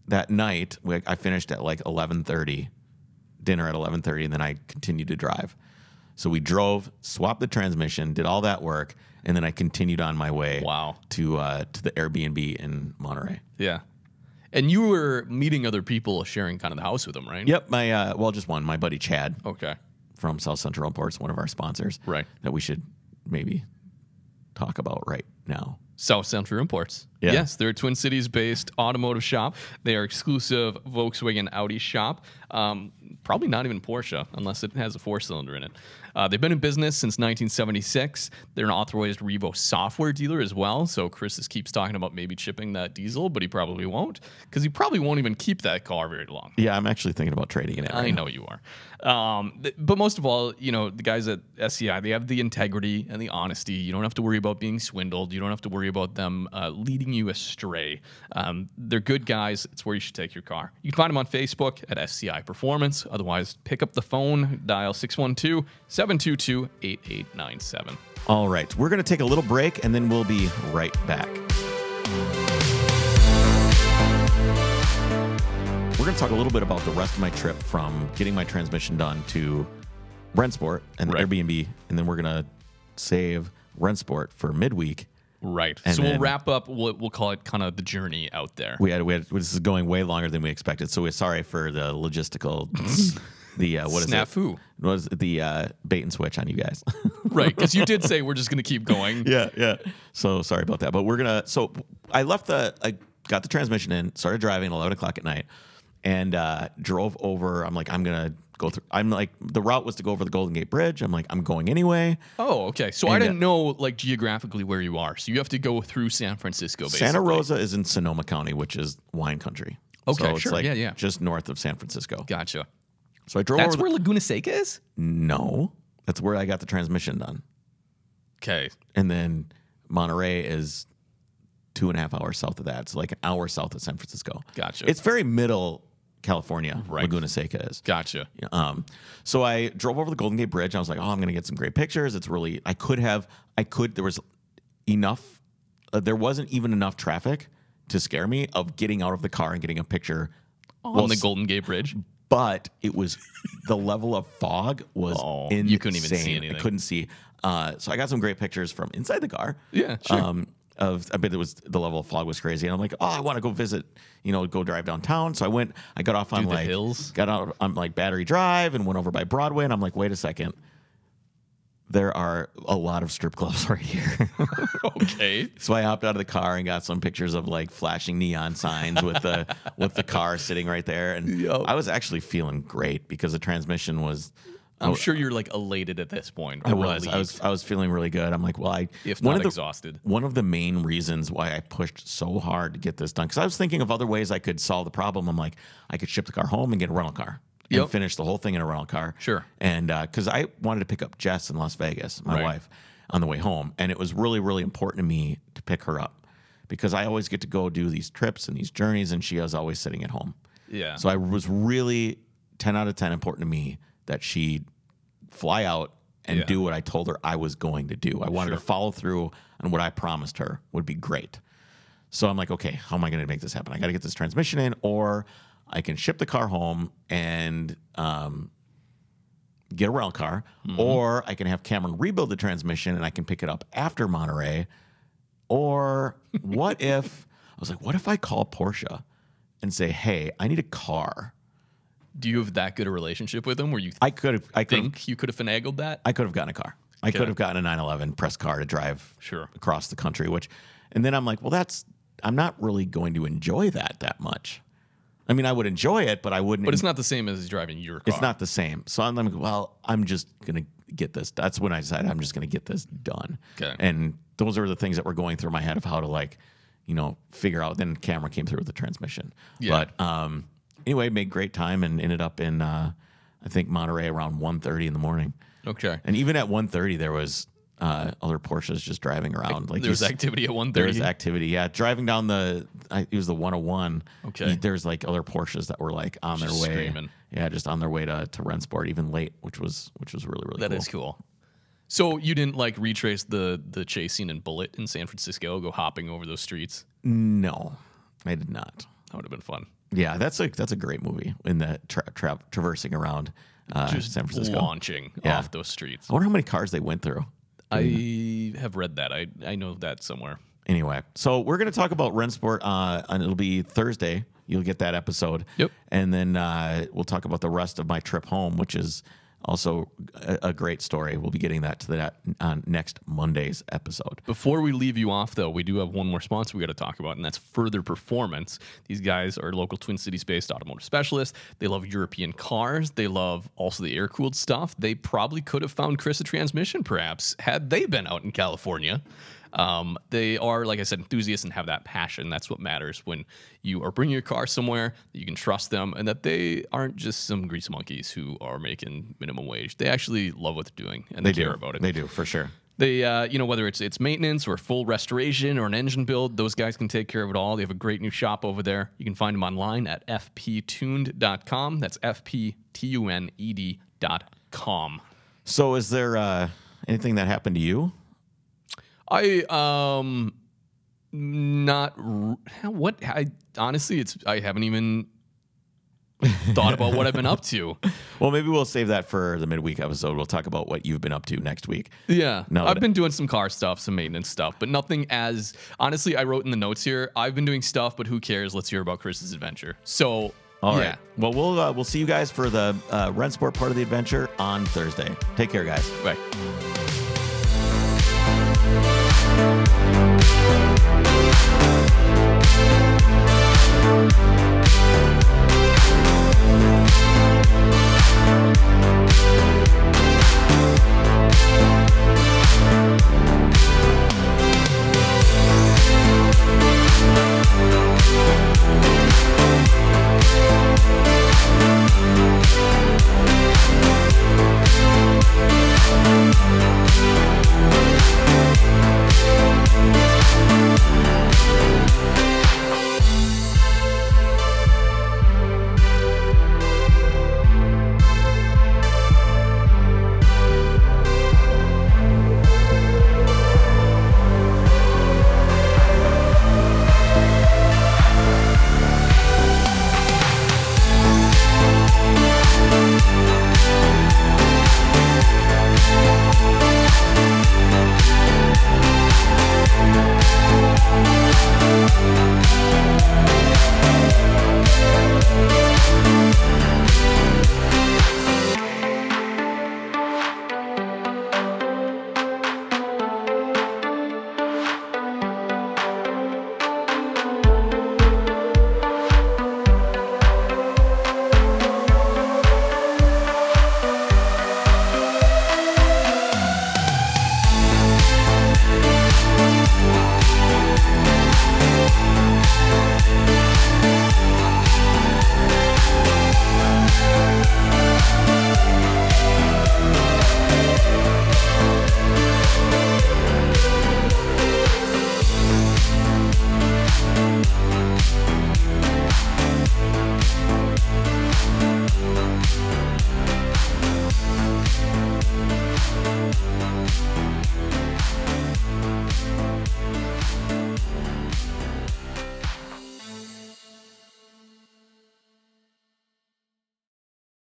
[SPEAKER 1] that night we, I finished at like eleven thirty, dinner at eleven thirty, and then I continued to drive. So we drove, swapped the transmission, did all that work, and then I continued on my way
[SPEAKER 2] Wow.
[SPEAKER 1] to uh, to the Airbnb in Monterey.
[SPEAKER 2] Yeah. And you were meeting other people, sharing kind of the house with them, right?
[SPEAKER 1] Yep, my uh, well, just one. My buddy Chad
[SPEAKER 2] Okay.
[SPEAKER 1] from South Central Imports, one of our sponsors,
[SPEAKER 2] Right.
[SPEAKER 1] That we should maybe talk about right now.
[SPEAKER 2] South Central Imports.
[SPEAKER 1] Yeah.
[SPEAKER 2] Yes, they're a Twin Cities based automotive shop. They are exclusive Volkswagen Audi shop. Um, probably not even Porsche, unless it has a four cylinder in it. Uh, they've been in business since 1976. They're an authorized Revo software dealer as well. So Chris is, keeps talking about maybe chipping that diesel, but he probably won't because he probably won't even keep that car very long.
[SPEAKER 1] Yeah, I'm actually thinking about trading it. Out
[SPEAKER 2] I know you are. Um, th- but most of all, you know, the guys at SCI, they have the integrity and the honesty. You don't have to worry about being swindled. You don't have to worry about them uh, leading you astray. Um, they're good guys. It's where you should take your car. You can find them on Facebook at SCI Performance. Otherwise, pick up the phone, dial 612 722 8897.
[SPEAKER 1] All right, we're going to take a little break and then we'll be right back. We're going to talk a little bit about the rest of my trip from getting my transmission done to Rensport and the
[SPEAKER 2] Right.
[SPEAKER 1] Airbnb, and then we're going to save Rensport for midweek.
[SPEAKER 2] Right.
[SPEAKER 1] And
[SPEAKER 2] so
[SPEAKER 1] then-
[SPEAKER 2] we'll wrap up what we'll call it kind of the journey out there.
[SPEAKER 1] We had, we had this is going way longer than we expected, so we're sorry for the logistical, the uh, what is
[SPEAKER 2] Snafu.
[SPEAKER 1] it? What is it? the uh, bait and switch on you guys?
[SPEAKER 2] right. Because you did say we're just going to keep going.
[SPEAKER 1] yeah, yeah. So sorry about that, but we're gonna. So I left the, I got the transmission in, started driving at eleven o'clock at night, and uh, drove over. I'm like, I'm gonna go through. I'm like, the route was to go over the Golden Gate Bridge. I'm like, I'm going anyway.
[SPEAKER 2] Oh, okay. So I
[SPEAKER 1] And, uh,
[SPEAKER 2] didn't know like geographically where you are. So you have to go through San Francisco. Basically.
[SPEAKER 1] Santa Rosa is in Sonoma County, which is wine country.
[SPEAKER 2] Okay,
[SPEAKER 1] so it's
[SPEAKER 2] sure.
[SPEAKER 1] Like
[SPEAKER 2] Yeah, yeah.
[SPEAKER 1] Just north of San Francisco.
[SPEAKER 2] Gotcha.
[SPEAKER 1] So I drove
[SPEAKER 2] That's
[SPEAKER 1] over.
[SPEAKER 2] where Laguna Seca is.
[SPEAKER 1] the, no, that's where I got the transmission done,
[SPEAKER 2] Okay.
[SPEAKER 1] and then Monterey is two and a half hours south of that. So like an hour south of San Francisco.
[SPEAKER 2] Gotcha.
[SPEAKER 1] It's very middle California.
[SPEAKER 2] Right.
[SPEAKER 1] Laguna Seca is.
[SPEAKER 2] Gotcha.
[SPEAKER 1] Yeah, Um, so I drove over the Golden Gate Bridge. I was like, oh, I'm gonna get some great pictures. It's really I could have I could there was enough uh, there wasn't even enough traffic to scare me of getting out of the car and getting a picture.
[SPEAKER 2] On the Golden Gate Bridge.
[SPEAKER 1] But it was the level of fog was
[SPEAKER 2] Oh,
[SPEAKER 1] insane.
[SPEAKER 2] you couldn't even see anything.
[SPEAKER 1] I couldn't see. Uh, so I got some great pictures from inside the car.
[SPEAKER 2] Yeah, sure.
[SPEAKER 1] Um, of I bet it was the level of fog was crazy, and I'm like, oh, I want to go visit, you know, go drive downtown. So I went, I got off on
[SPEAKER 2] the
[SPEAKER 1] like
[SPEAKER 2] hills.
[SPEAKER 1] got out on like Battery Drive and went over by Broadway, and I'm like, wait a second, there are a lot of strip clubs right here.
[SPEAKER 2] Oh, Okay.
[SPEAKER 1] so I hopped out of the car and got some pictures of like flashing neon signs with the with the car sitting right there, and I was actually feeling great because the transmission was.
[SPEAKER 2] I'm sure you're like elated at this point.
[SPEAKER 1] I was. I was. I was feeling really good. I'm like, well, I
[SPEAKER 2] If
[SPEAKER 1] one
[SPEAKER 2] not
[SPEAKER 1] of the-
[SPEAKER 2] exhausted.
[SPEAKER 1] One of the main reasons why I pushed so hard to get this done because I was thinking of other ways I could solve the problem. I'm like, I could ship the car home and get a rental car
[SPEAKER 2] Yep.
[SPEAKER 1] and finish the whole thing in a rental car.
[SPEAKER 2] Sure.
[SPEAKER 1] And because I wanted to pick up Jess in Las Vegas, my
[SPEAKER 2] Right.
[SPEAKER 1] wife, on the way home, and it was really, really important to me to pick her up because I always get to go do these trips and these journeys, and she is always sitting at home.
[SPEAKER 2] Yeah.
[SPEAKER 1] So I was really 10 out of 10 important to me that she fly out and
[SPEAKER 2] Yeah.
[SPEAKER 1] do what I told her I was going to do. I wanted to follow through on what I promised her would be great. So I'm like, okay, how am I going to make this happen? I got to get this transmission in, or I can ship the car home and um, get a rental car, or I can have Cameron rebuild the transmission and I can pick it up after Monterey. Or what if I was like, what if I call Porsche and say, hey, I need a car?
[SPEAKER 2] Do you have that good a relationship with him where you
[SPEAKER 1] I could have, I could have
[SPEAKER 2] think you could have finagled that?
[SPEAKER 1] I could have gotten a car. I could have gotten a 911 press car to drive
[SPEAKER 2] Sure.
[SPEAKER 1] across the country, which, and then I'm like, well, that's, I'm not really going to enjoy that that much. I mean, I would enjoy it, but I wouldn't.
[SPEAKER 2] But it's not the same as driving your car.
[SPEAKER 1] it's not the same. So I'm like, well, I'm just going to get this. That's when I decided I'm just going to get this done.
[SPEAKER 2] Okay.
[SPEAKER 1] And those are the things that were going through my head of how to like, you know, figure out. Then camera came through with the transmission.
[SPEAKER 2] Yeah.
[SPEAKER 1] But um, anyway, made great time and ended up in, uh, I think Monterey around 1.30 in the morning.
[SPEAKER 2] Okay.
[SPEAKER 1] And even at 1.30, there was uh, other Porsches just driving around. Like
[SPEAKER 2] There was
[SPEAKER 1] you s-
[SPEAKER 2] activity at
[SPEAKER 1] there was
[SPEAKER 2] 1:30.
[SPEAKER 1] activity. Yeah, driving down the I, it was the 101.
[SPEAKER 2] Okay.
[SPEAKER 1] There's like other Porsches that were like on
[SPEAKER 2] Just
[SPEAKER 1] their way.
[SPEAKER 2] screaming.
[SPEAKER 1] Yeah, just on their way to to Rensport, even late, which was which was really really
[SPEAKER 2] That
[SPEAKER 1] cool.
[SPEAKER 2] is cool. So you didn't like retrace the the chase scene in Bullet in San Francisco, go hopping over those streets.
[SPEAKER 1] No, I did not.
[SPEAKER 2] That would have been fun.
[SPEAKER 1] Yeah, that's a that's a great movie in the tra- tra- traversing around uh, San Francisco.
[SPEAKER 2] launching off those streets.
[SPEAKER 1] I wonder how many cars they went through.
[SPEAKER 2] I have read that. I I know that somewhere.
[SPEAKER 1] anyway, so we're going to talk about Rensport, uh, and it'll be Thursday. You'll get that episode.
[SPEAKER 2] Yep.
[SPEAKER 1] And then uh, we'll talk about the rest of my trip home, which is Also, a, a great story. We'll be getting that to that on next Monday's episode.
[SPEAKER 2] Before we leave you off, though, we do have one more sponsor we got to talk about, and that's Further Performance. These guys are local Twin Cities based automotive specialists. They love European cars. They love also the air cooled stuff. They probably could have found Chris a transmission, perhaps, had they been out in California. Um, they are, like I said, enthusiasts and have that passion. That's what matters when you are bringing your car somewhere that you can trust them and that they aren't just some grease monkeys who are making minimum wage. They actually love what they're doing and they, care
[SPEAKER 1] do.
[SPEAKER 2] about it.
[SPEAKER 1] They do for sure.
[SPEAKER 2] They, uh, you know, whether it's it's maintenance or full restoration or an engine build, those guys can take care of it all. They have a great new shop over there. You can find them online at fptuned.com. That's f p t u n e d dot com.
[SPEAKER 1] So, is there uh, anything that happened to you?
[SPEAKER 2] I um, not r- what I honestly, it's I haven't even thought about what I've been up to.
[SPEAKER 1] Well, maybe we'll save that for the midweek episode. We'll talk about what you've been up to next week.
[SPEAKER 2] Yeah.
[SPEAKER 1] No,
[SPEAKER 2] I've
[SPEAKER 1] it-
[SPEAKER 2] been doing some car stuff, some maintenance stuff, but nothing as honestly, I wrote in the notes here, I've been doing stuff, but who cares? Let's hear about Chris's adventure. So
[SPEAKER 1] All right.
[SPEAKER 2] yeah.
[SPEAKER 1] Well, we'll uh, we'll see you guys for the uh, Rensport part of the adventure on Thursday. Take care, guys.
[SPEAKER 2] Right.